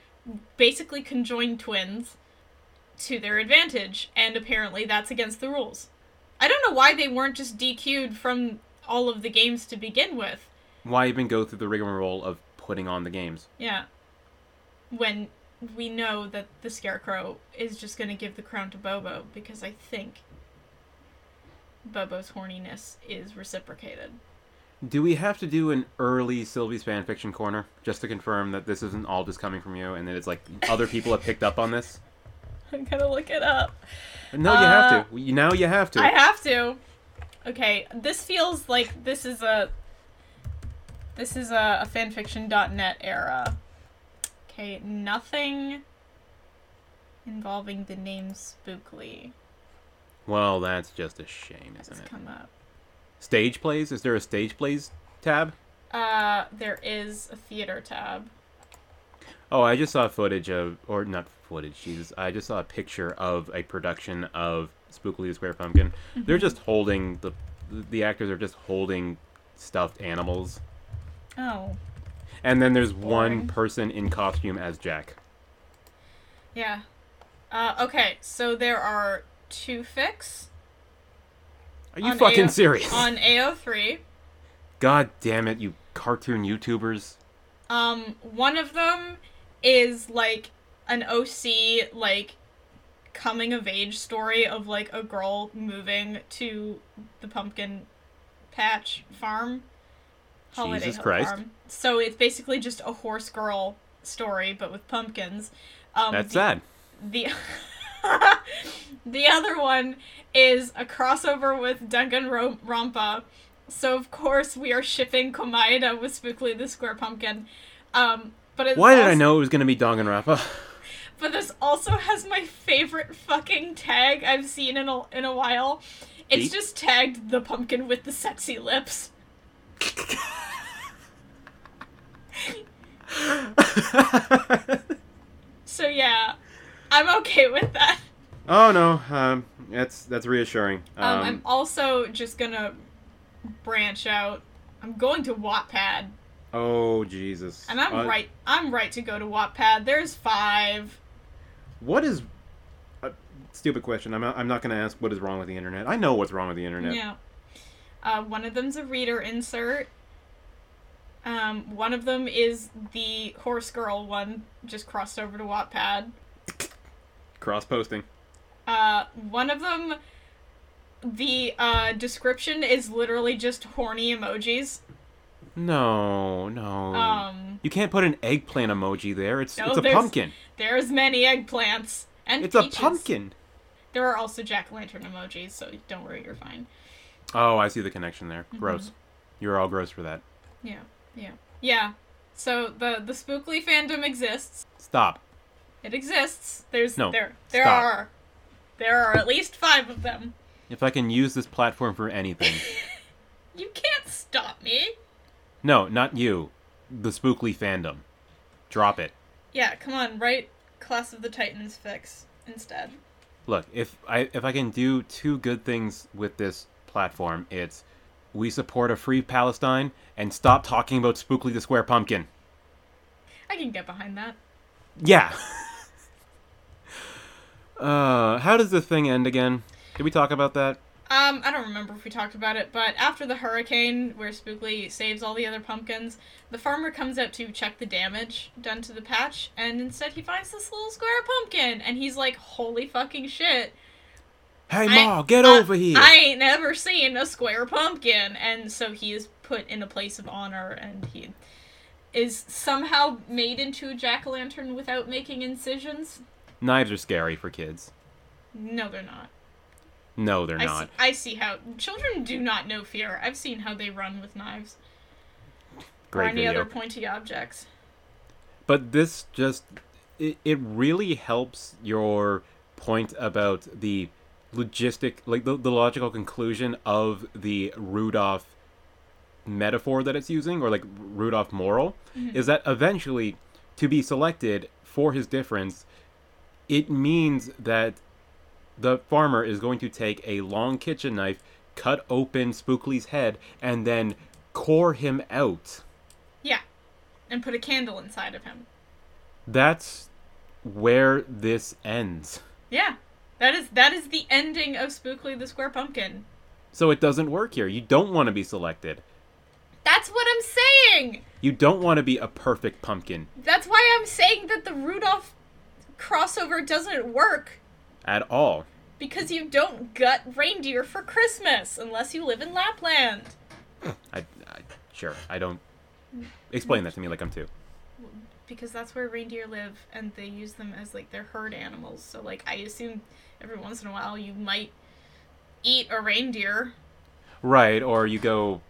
basically conjoined twins to their advantage, and apparently that's against the rules. I don't know why they weren't just DQ'd from all of the games to begin with.
Why even go through the rigmarole of putting on the games?
Yeah. When we know that the Scarecrow is just going to give the crown to Bobo because I think Bobo's horniness is reciprocated.
Do we have to do an early Sylvie's fanfiction corner just to confirm that this isn't all just coming from you and that it's like other people have picked up on this?
I'm going to look it up.
No, you have to. You- Now you have to.
Uh, I have to. Okay, this feels like this is a this is a, a fanfiction.net era. Okay, nothing involving the name Spookly
well, that's just a shame,
has
isn't it?
come up.
Stage plays? Is there a stage plays tab?
Uh, there is a theater tab.
Oh, I just saw footage of, or not footage, Jesus. I just saw a picture of a production of Spookily the Square Pumpkin.
Mm-hmm.
They're just holding, the the actors are just holding stuffed animals.
Oh,
And then there's
Boring.
one person in costume as Jack.
yeah. Uh, okay, so there are two fix
Are you
On
fucking
AO
serious?
on AO3.
God damn it, you cartoon YouTubers.
Um, one of them is like an OC like coming of age story of like a girl moving to the pumpkin patch farm.
Jesus
Hill
Christ.
So it's basically just a horse girl story, but with pumpkins. Um,
That's
the-
sad.
the <laughs> the other one is a crossover with Duncan Rampa. So of course we are shipping Komaida with Spookly the Square Pumpkin. Um, but it's
Why did I
also-
know it was going to be <laughs> Danganronpa?
But this also has my favorite fucking tag I've seen in a in a while. It's
Beep.
just tagged the pumpkin with the sexy lips. So yeah, I'm okay with that.
oh no, um, that's that's reassuring.
Um,
Um,
I'm also just gonna branch out. I'm going to Wattpad,
oh Jesus.
and I'm
Uh,
right. I'm right to go to Wattpad. There's five.
What is? Uh, stupid question. I'm not, I'm not going to ask what is wrong with the internet. I know what's wrong with the internet.
Yeah. Uh, one of them's a reader insert. Um, one of them is the horse girl one, just crossed over to Wattpad.
Cross posting.
Uh, one of them, the uh, description is literally just horny emojis.
No, no.
Um,
you can't put an eggplant emoji there. It's
No,
it's a
there's- <laughs>
pumpkin.
there's many eggplants and
It's a
peaches.
pumpkin.
There are also jack o' lantern emojis, so don't worry, you're fine.
Oh, I see the connection there.
Mm-hmm.
Gross. You're all gross for that.
Yeah, yeah, yeah. So the the spookly fandom exists.
Stop.
It exists. There's
No,
there there
stop.
are there are at least five of them.
If I can use this platform for
<laughs>
anything.
You can't stop me.
No, not you. The spookly fandom. Drop it.
Yeah, come on, write Class of the Titans fix instead.
Look, if I if I can do two good things with this platform, it's we support a free Palestine and stop talking about spookly the square pumpkin.
I can get behind that. <laughs>
Yeah. uh, how does this thing end again? Did we talk about that?
Um, I don't remember if we talked about it, but after the hurricane, where Spookly saves all the other pumpkins, the farmer comes out to check the damage done to the patch, and instead he finds this little square pumpkin, and he's like, "Holy fucking shit!"
Hey,
I-
Ma, get
I-
over here.
I ain't never seen a square pumpkin, and so he is put in a place of honor, and he is somehow made into a jack o' lantern without making incisions.
Knives are scary for kids. No,
they're not.
No, they're
I
not.
see, I see how children do not know fear. I've seen how they run with knives. or
Great
any
video.
other pointy objects.
But this just it, it really helps your point about the logistic, like the, the logical conclusion of the Rudolph metaphor that it's using, or like Rudolph moral,
Mm-hmm.
is that eventually to be selected for his difference, it means that the farmer is going to take a long kitchen knife, cut open Spookly's head, and then core him out.
Yeah. And put a candle inside of him.
That's where this ends.
Yeah. That is that is the ending of Spookly the Square Pumpkin.
So it doesn't work here. You don't want to be selected.
That's what I'm saying.
You don't want to be a perfect pumpkin
That's why I'm saying that the Rudolph crossover doesn't work
at all.
because you don't gut reindeer for Christmas unless you live in Lapland.
I, I sure I don't explain that to me like I'm two.
because that's where reindeer live and they use them as like their herd animals so like i assume every once in a while you might eat a reindeer
Right, or you go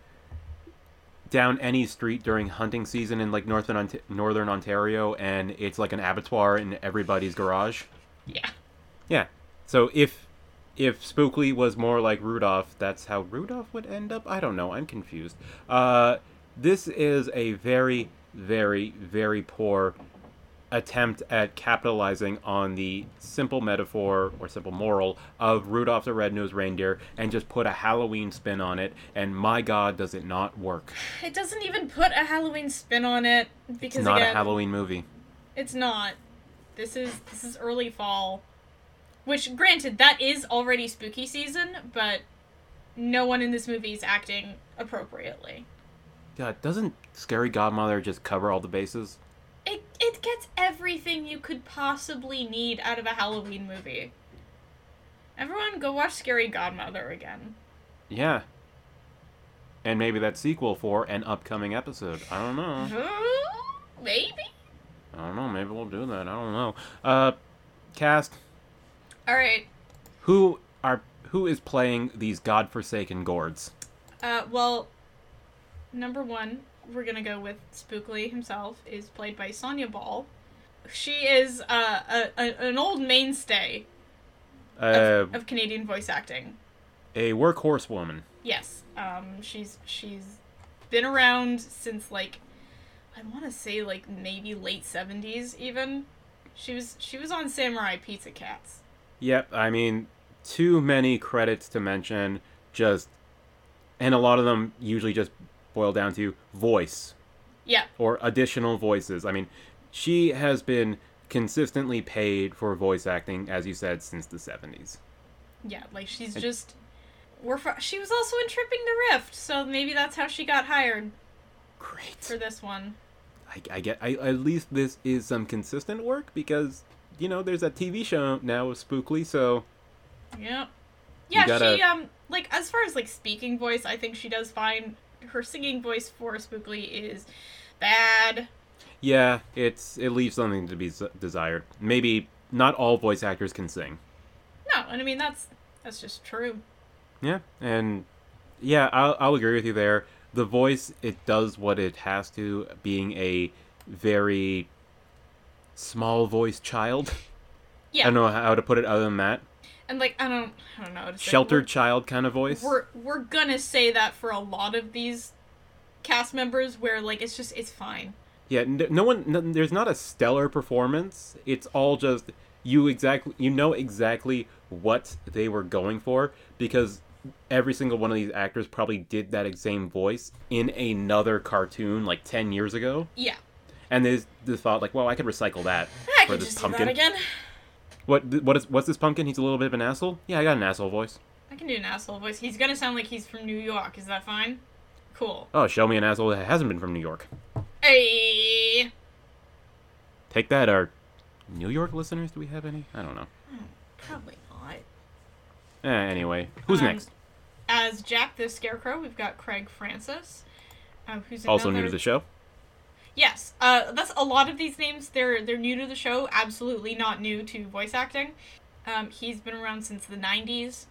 down any street during hunting season in like northern Ont- northern Ontario, and it's like an abattoir in everybody's garage.
yeah
Yeah. So if if Spookly was more like Rudolph, that's how Rudolph would end up. I don't know. I'm confused. Uh, this is a very, very, very poor attempt at capitalizing on the simple metaphor or simple moral of Rudolph the Red-Nosed Reindeer and just put a Halloween spin on it. And my God, does it not work?
it doesn't even put a halloween spin on it because
It's not
again
a Halloween movie.
it's not this is this is early fall which granted that is already spooky season but no one in this movie is acting appropriately
God, doesn't Scary Godmother just cover all the bases?
it, it gets everything you could possibly need out of a Halloween movie. Everyone, go watch Scary Godmother again.
Yeah. And maybe that sequel for an upcoming episode. I don't know.
Maybe?
I don't know. Maybe we'll do that. I don't know. Uh, cast
Alright.
who are who is playing these godforsaken gourds?
Uh, well, number one, we're gonna go with Spookly himself, is played by Sonia Ball. She is uh, a, a, an old mainstay
Uh,
of Canadian voice acting.
a workhorse woman.
Yes. Um, she's she's been around since like I want to say like maybe late seventies even. She was she was on Samurai Pizza Cats.
Yep. I mean, too many credits to mention. Just and a lot of them usually just boil down to voice.
Yeah.
or additional voices. I mean, she has been consistently paid for voice acting, as you said, since the 70s.
Yeah. Like she's just. We're fr- she was also in Tripping the Rift, so maybe that's how she got hired for
Great.
this one.
I, I get. I, at least this is some consistent work because you know there's that TV show now with Spookly, so
Yep. Yeah,
gotta-
she um like as far as like speaking voice, I think she does fine. Her singing voice for Spookly is bad.
yeah, it's it leaves something to be s- desired. Maybe not all voice actors can sing.
No, and I mean that's that's just true.
Yeah, and yeah, I'll, I'll agree with you there. The voice it does what it has to, being a very small voice child.
Yeah.
I don't know how to put it other than that.
and like I don't I don't know. how to say it.
Sheltered child kind of voice.
We're, we're we're gonna say that for a lot of these cast members, where like it's just it's fine.
Yeah, n- no one. No, there's not a stellar performance. It's all just you exactly. You know exactly what they were going for because every single one of these actors probably did that same voice in another cartoon like ten years ago,
Yeah,
and there's the thought like, well, I could recycle that
I
for
could
this
just
pumpkin.
do that again.
What? th- What is? What's this pumpkin? He's a little bit of an asshole. Yeah, I got an asshole voice.
I can do an asshole voice. He's gonna sound like he's from New York. Is that fine? Cool.
Oh, show me an asshole that hasn't been from New York.
Hey,
Take that, our New York listeners. Do we have any? I don't know.
probably not.
Eh, anyway, who's
Um,
next?
As Jack the Scarecrow, we've got Craig Francis, uh, who's
Also new
another-
to the show.
Yes, uh, that's a lot of these names. They're they're new to the show. Absolutely not new to voice acting. Um, he's been around since the '90s.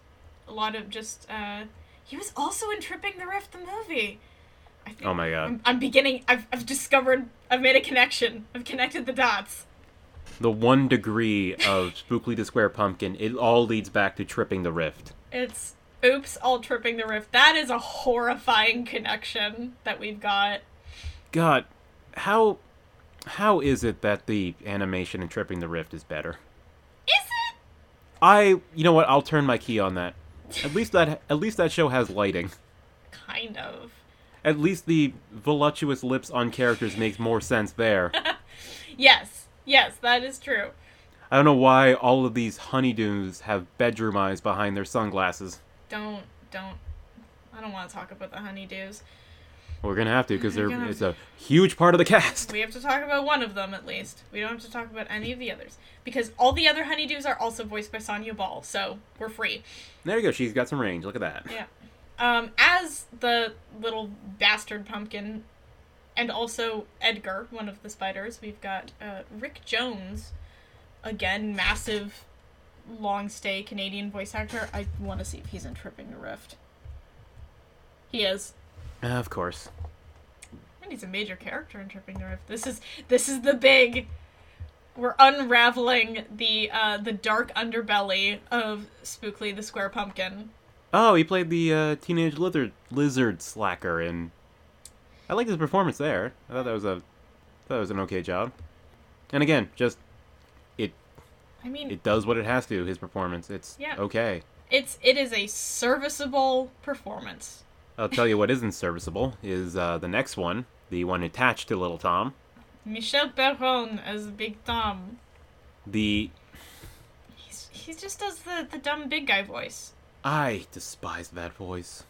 A lot of just. Uh, he was also in Tripping the Rift, the movie. I think
Oh my god.
I'm, I'm beginning. I've I've discovered. I've made a connection. I've connected the dots.
the one degree of Spookly the Square Pumpkin, it all leads back to tripping the rift.
It's oops, all tripping the rift. That is a horrifying connection that we've got.
God, how how is it that the animation in tripping the rift is better?
Is it?
I, you know what? I'll turn my key on that. At least that at least that show has lighting.
Kind of.
At least the voluptuous lips on characters makes more sense there.
Yes, yes, that is true.
I don't know why all of these honeydews have bedroom eyes behind their sunglasses.
Don't, don't. I don't want to talk about the honeydews.
We're gonna have to because they're
God.
it's a huge part of the cast.
We have to talk about one of them at least. We don't have to talk about any of the others because all the other honeydews are also voiced by Sonya Ball, so we're free.
There you go. She's got some range. Look at that.
Yeah. Um, as the little bastard pumpkin, and also Edgar, one of the spiders, we've got uh, Rick Jones, again, massive, long stay Canadian voice actor. I want to see if he's in Tripping the Rift. He is.
Ah, of course.
And he's a major character in Tripping the Rift. This is this is the big. We're unraveling the uh, the dark underbelly of Spookly the Square Pumpkin.
Oh, he played the uh, teenage lizard lizard slacker, and I liked his performance there. I thought that was a thought that was an okay job. And again, just it
I mean,
it does what it has to. His performance, it's
Yeah.
okay.
it's it is a serviceable performance.
I'll tell you what isn't serviceable is uh, the next one, the one attached to Little Tom.
Michel Perron as Big Tom.
The
He's, he just does the, the dumb big guy voice.
I despise that voice.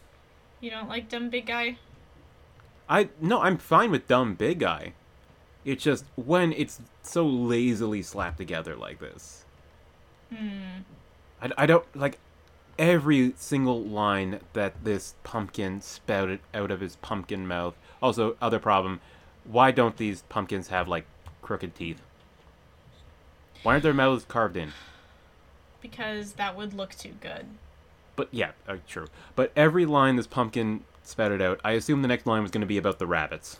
You don't like dumb big guy?
I no, I'm fine with dumb big guy. It's just when it's so lazily slapped together like this. Hmm. I, I don't like every single line that this pumpkin spouted out of his pumpkin mouth. Also, other problem: why don't these pumpkins have like crooked teeth? Why aren't their mouths carved in?
Because that would look too good.
But yeah, uh, true. But every line this pumpkin spouted out, I assume the next line was going to be about the rabbits.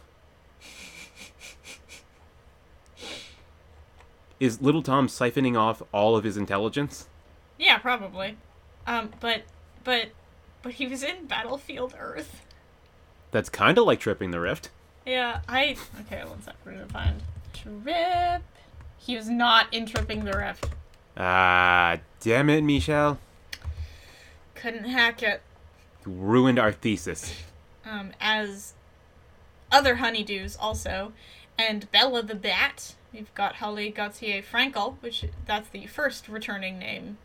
Is little Tom siphoning off all of his intelligence?
Yeah, probably. Um, but but but he was in Battlefield Earth.
That's kind of like tripping the rift.
Yeah, I okay. One sec, we're gonna find Trip. He was not in Tripping the Rift.
Ah, damn it, Michelle.
Couldn't hack it.
You ruined our thesis.
um, as other honeydews also, and Bella the Bat. We've got Holly Gautier Frankel, which that's the first returning name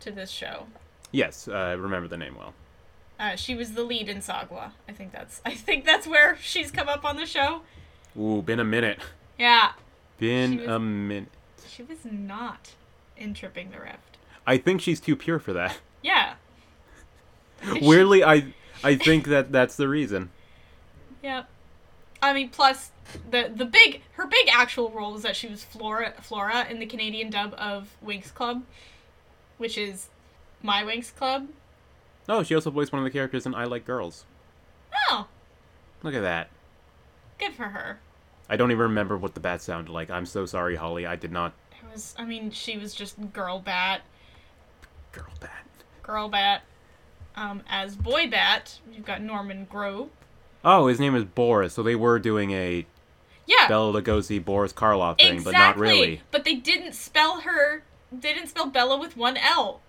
to this show.
Yes, I remember the name well.
Uh, she was the lead in Sagwa. I think that's I think that's where she's come up on the show.
Ooh, been a minute.
Yeah,
Been
She was-
a minute.
she was not in Tripping the Rift.
I think she's too pure for that.
Yeah,
Weirdly, I I think that that's the reason.
yeah. I mean, plus the the big her big actual role was that she was Flora Flora in the Canadian dub of Winx Club, which is my Winx Club.
Oh, she also voiced one of the characters in I Like Girls.
Oh,
Look at that.
good for her.
I don't even remember what the bat sounded like. I'm so sorry, Holly. I did not.
It was, I mean, she was just girl bat,
Girl bat.
girl bat. Um, as boy bat, you've got Norman Grove.
Oh, his name is Boris. So they were doing a
Yeah,
Bella Lugosi Boris Karloff thing,
exactly.
but not really.
But they didn't spell her. They didn't spell Bella with one L,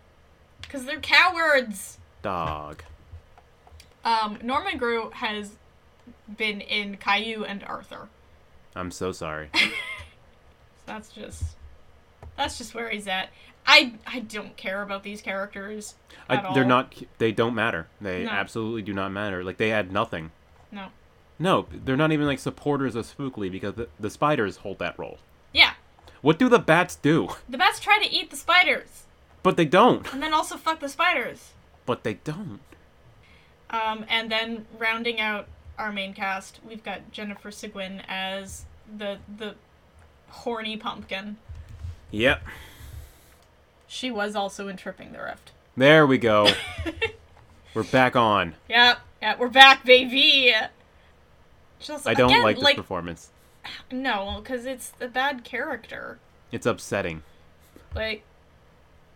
because they're cowards.
Dog.
Um, Norman Grove has been in Caillou and Arthur.
I'm so
<laughs>
sorry.
That's just, that's just where he's at. I I don't care about these characters at
I,
all.
they're not. They don't matter. They
No.
absolutely do not matter. Like they add nothing.
No.
No, they're not even like supporters of Spookly because the, the spiders hold that role.
Yeah,
What do the bats do? <laughs>
the bats try to eat the spiders.
But they don't.
And then also fuck the spiders.
But they don't.
Um, and then rounding out our main cast, we've got Jennifer Seguin as the the horny pumpkin.
Yep.
She was also in Tripping the Rift.
There we
<laughs>
go. We're back on.
Yep, yeah, we're back, baby. She also-
I don't
again,
like this performance.
no, because it's the bad character.
It's upsetting.
Like,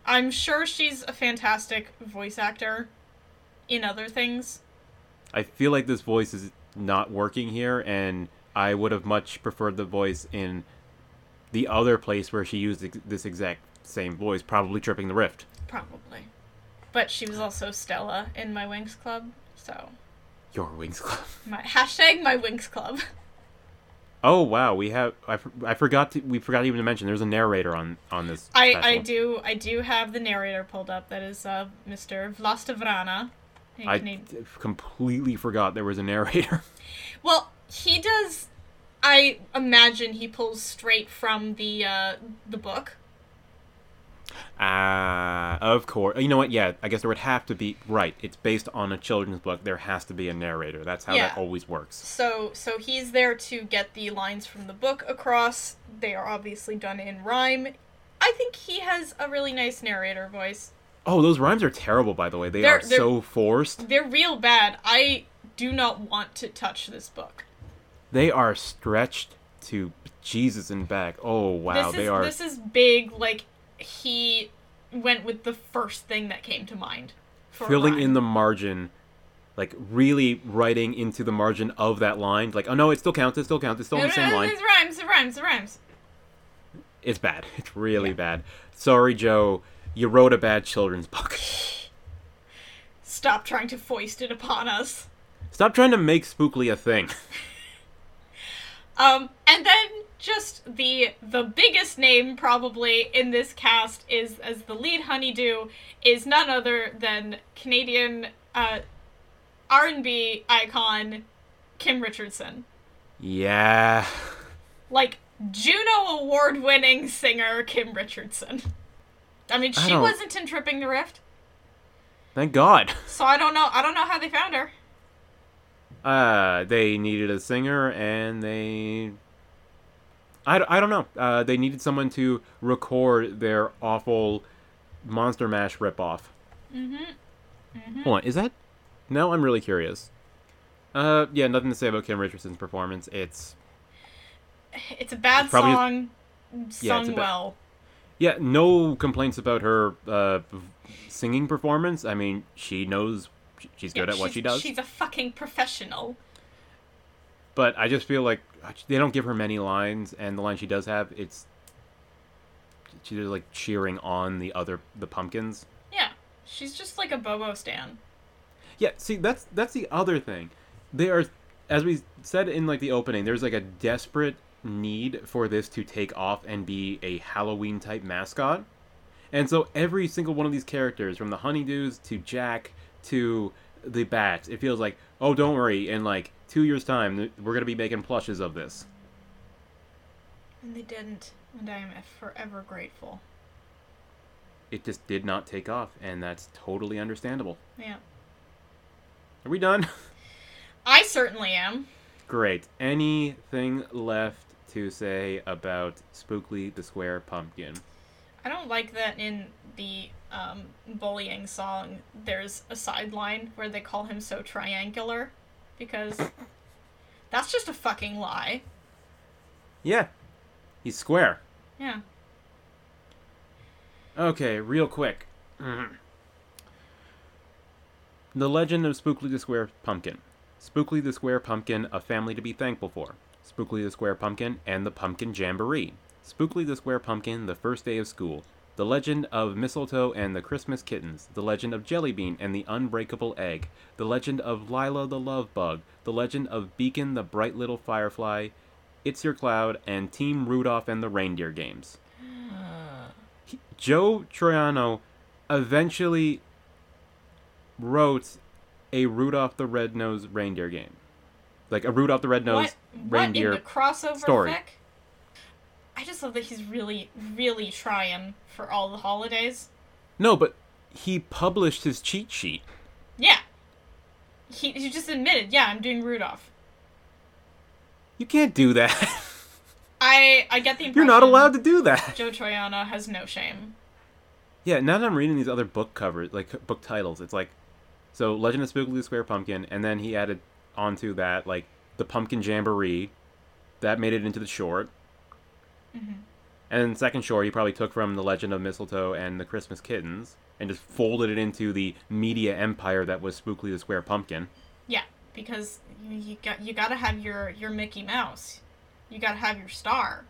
I'm sure she's a fantastic voice actor in other things.
I feel like this voice is not working here, and I would have much preferred the voice in the other place where she used ex- this exact same voice, probably tripping the rift.
Probably. But she was also Stella in my Winx Club, so
Your wings club. <laughs>
my <laughs> hashtag my Winx Club.
Oh wow, we have. I, f- I forgot to. We forgot even to mention. There's a narrator on on this.
I,
special.
I do I do have the narrator pulled up. That is uh, Mr. Vlastavrana. a
I
Canadian-
d- completely forgot there was a narrator. <laughs>
Well, he does. I imagine he pulls straight from the uh, the book.
Ah, of course. You know what? Yeah, I guess there would have to be. Right, it's based on a children's book. There has to be a narrator. That's how
Yeah.
that always works.
So so he's there to get the lines from the book across. They are obviously done in rhyme. I think he has a really nice narrator voice.
Oh, those rhymes are terrible, by the way. They
They're-
are
they're-
so forced.
They're real bad. I do not want to touch this book.
They are stretched to Jesus and back. Oh wow,
this
they
is
are.
this is big. Like he went with the first thing that came to mind. For a
filling
rhyme.
in the margin, like really writing into the margin of that line. Like, oh no, it still counts. It still counts. It's still on the same line.
It rhymes. It rhymes. It rhymes.
It's bad. <laughs> It's really bad. Sorry, Joe. You wrote a bad children's book. <laughs>
Stop trying to foist it upon us.
Stop trying to make Spookly a thing. <laughs>
Um, and then just the the biggest name probably in this cast is as the lead honeydew is none other than Canadian uh, R and B icon Kim Richardson,
yeah.
like Juno award winning singer Kim Richardson. I mean,
I
she
don't-
wasn't in Tripping the Rift,
Thank God.
so I don't know. I don't know how they found her.
Uh, they needed a singer, and they. I, d- I don't know. Uh, they needed someone to record their awful Monster Mash ripoff. Mm-hmm. Hold on, is that? No, I'm really curious. Uh, yeah, nothing to say about Kim Richardson's performance. It's
It's a bad
It's probably-
song, sung
a bad-
well.
Yeah, no complaints about her uh, v- singing performance. I mean, she knows sh- she's good
Yeah,
at what
she's-
she does.
She's a fucking professional.
But I just feel like uh, they don't give her many lines, and the line she does have, it's she's just, like cheering on the other the pumpkins.
Yeah, she's just like a Bobo Stan.
Yeah, see, that's that's the other thing. They are, as we said in like the opening, there's like a desperate need for this to take off and be a Halloween type mascot, and so every single one of these characters, from the Honeydews to Jack to the Bats, it feels like, oh, don't worry, in like two years' time, th- we're gonna be making plushes of this.
And they didn't, and I am forever grateful.
It just did not take off, and that's totally understandable.
Yeah.
Are we done? <laughs>
I certainly am.
Great. Anything left to say about Spookly the Square Pumpkin?
I don't like that in the um, bullying song, there's a sideline where they call him so triangular, because that's just a fucking lie.
Yeah. He's square.
Yeah.
Okay, real quick. Mm-hmm. The Legend of Spookly the Square Pumpkin. Spookly the Square Pumpkin, a family to be thankful for. Spookly the Square Pumpkin and the Pumpkin Jamboree. Spookly the Square Pumpkin, the first day of school. The Legend of Mistletoe and the Christmas Kittens. The Legend of Jellybean and the Unbreakable Egg. The Legend of Lila the Love Bug. The Legend of Beacon the Bright Little Firefly. It's Your Cloud and Team Rudolph and the Reindeer Games. Joe Troiano eventually wrote a Rudolph the Red-Nosed Reindeer game. Like a Rudolph the Red-Nosed
What, what in
Reindeer.
the crossover
story.
fic? I just love that he's really, really trying for all the holidays.
no, but he published his cheat sheet.
Yeah. He, he just admitted, yeah, I'm doing Rudolph.
You can't do that. <laughs>
I I get the impression
You're not allowed to do that.
Joe Troiano has no shame.
Yeah, now that I'm reading these other book covers, like book titles, it's like, so Legend of Spookily the Square Pumpkin, and then he added onto that
Mm-hmm.
like the Pumpkin Jamboree, that made it into the short. And second shore, he probably took from The Legend of Mistletoe and The Christmas Kittens and just folded it into the media empire that was Spookly the Square Pumpkin.
Yeah, because you, you got you gotta have your your Mickey Mouse. You gotta have your star.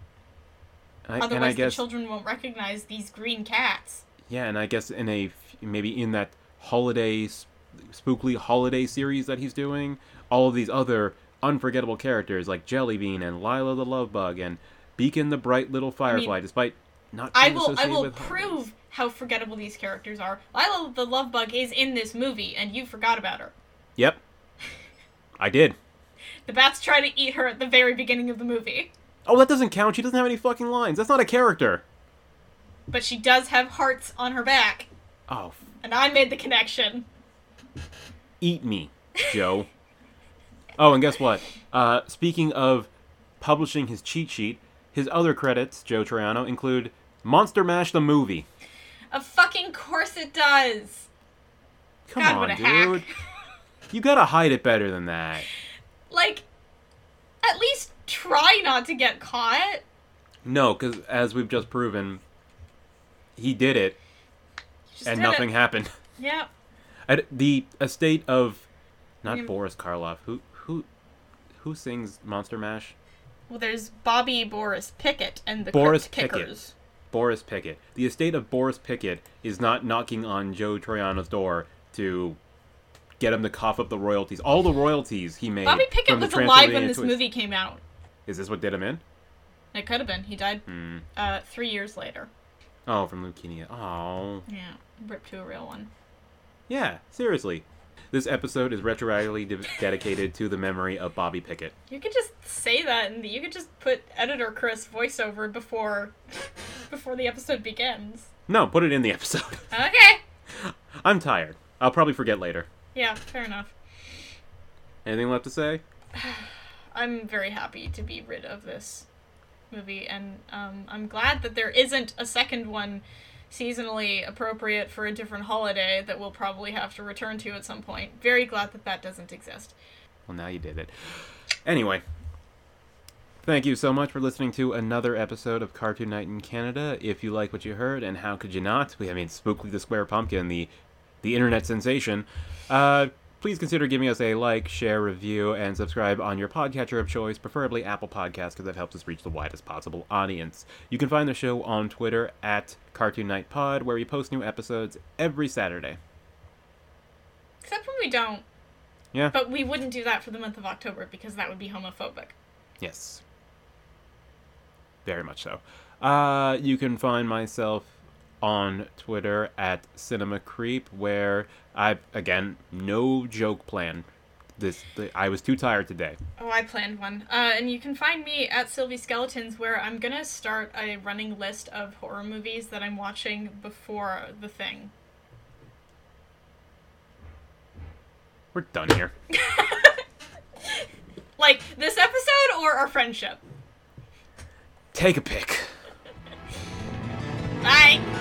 I, and I
Otherwise,
guess,
the children won't recognize these green cats.
yeah, and I guess in a f- maybe in that holiday s- Spookly holiday series that he's doing, all of these other unforgettable characters like Jellybean and Lila the Love Bug and Beacon the Bright Little Firefly, despite not
I
being
will I
associated
will
with holidays.
prove how forgettable these characters are. Lila the love bug is in this movie, and you forgot about her.
Yep, I did.
The bats try to eat her at the very beginning of the movie,
Oh, that doesn't count. She doesn't have any fucking lines. That's not a character.
but she does have hearts on her back,
Oh, f-
and I made the connection.
eat me, Joe. <laughs> oh, and guess what? Uh, speaking of publishing his cheat sheet, his other credits, Joe Triano, include Monster Mash the movie.
Of fucking course it does.
Come
God,
on,
what a hack.
dude. You gotta hide it better than that.
Like, at least try not to get caught.
No, because as we've just proven, he did it
Just
and
did it.
nothing happened. <laughs>
Yep.
At the estate of, not
Yeah.
Boris Karloff. Who who who sings Monster Mash?
Well, there's Bobby Boris Pickett and the
Boris
Crypt
Pickett.
Pickers.
Boris Pickett. The estate of Boris Pickett is not knocking on Joe Troiano's door to get him to cough up the royalties. All the royalties he made.
Bobby Pickett
from the
was alive when
Transylvania
this
twist.
movie came out.
Is this what did him in?
It could have been. He died
Hmm.
uh, three years later.
Oh, from leukemia. Oh.
Yeah, ripped to a real one.
Yeah, seriously. This episode is retroactively de- dedicated to the memory of Bobby Pickett.
You could just say that, and you could just put editor Chris voiceover before <laughs> before the episode begins.
No, put it in the episode. <laughs>
Okay.
I'm tired. I'll probably forget later.
Yeah, fair enough.
Anything left to say?
I'm very happy to be rid of this movie, and um, I'm glad that there isn't a second one seasonally appropriate for a different holiday that we'll probably have to return to at some point. Very glad that that doesn't exist.
Well, now you did it. Anyway, thank you so much for listening to another episode of Cartoon Night in Canada. If you like what you heard, and how could you not? We I mean, Spookly the Square Pumpkin, the the internet sensation. Uh, please consider giving us a like, share, review, and subscribe on your podcatcher of choice, preferably Apple Podcasts, because that helps us reach the widest possible audience. You can find the show on Twitter at Cartoon Night Pod, where we post new episodes every Saturday.
Except when we don't.
Yeah.
But we wouldn't do that for the month of October because that would be homophobic.
Yes. Very much so. Uh, you can find myself on Twitter at Cinema Creep, where I again no joke plan. This the, I was too tired today.
Oh, I planned one. Uh, and you can find me at Sylvie Skeletons, where I'm gonna start a running list of horror movies that I'm watching before the thing.
We're done here.
Like this episode or our friendship.
Take a pick.
Bye.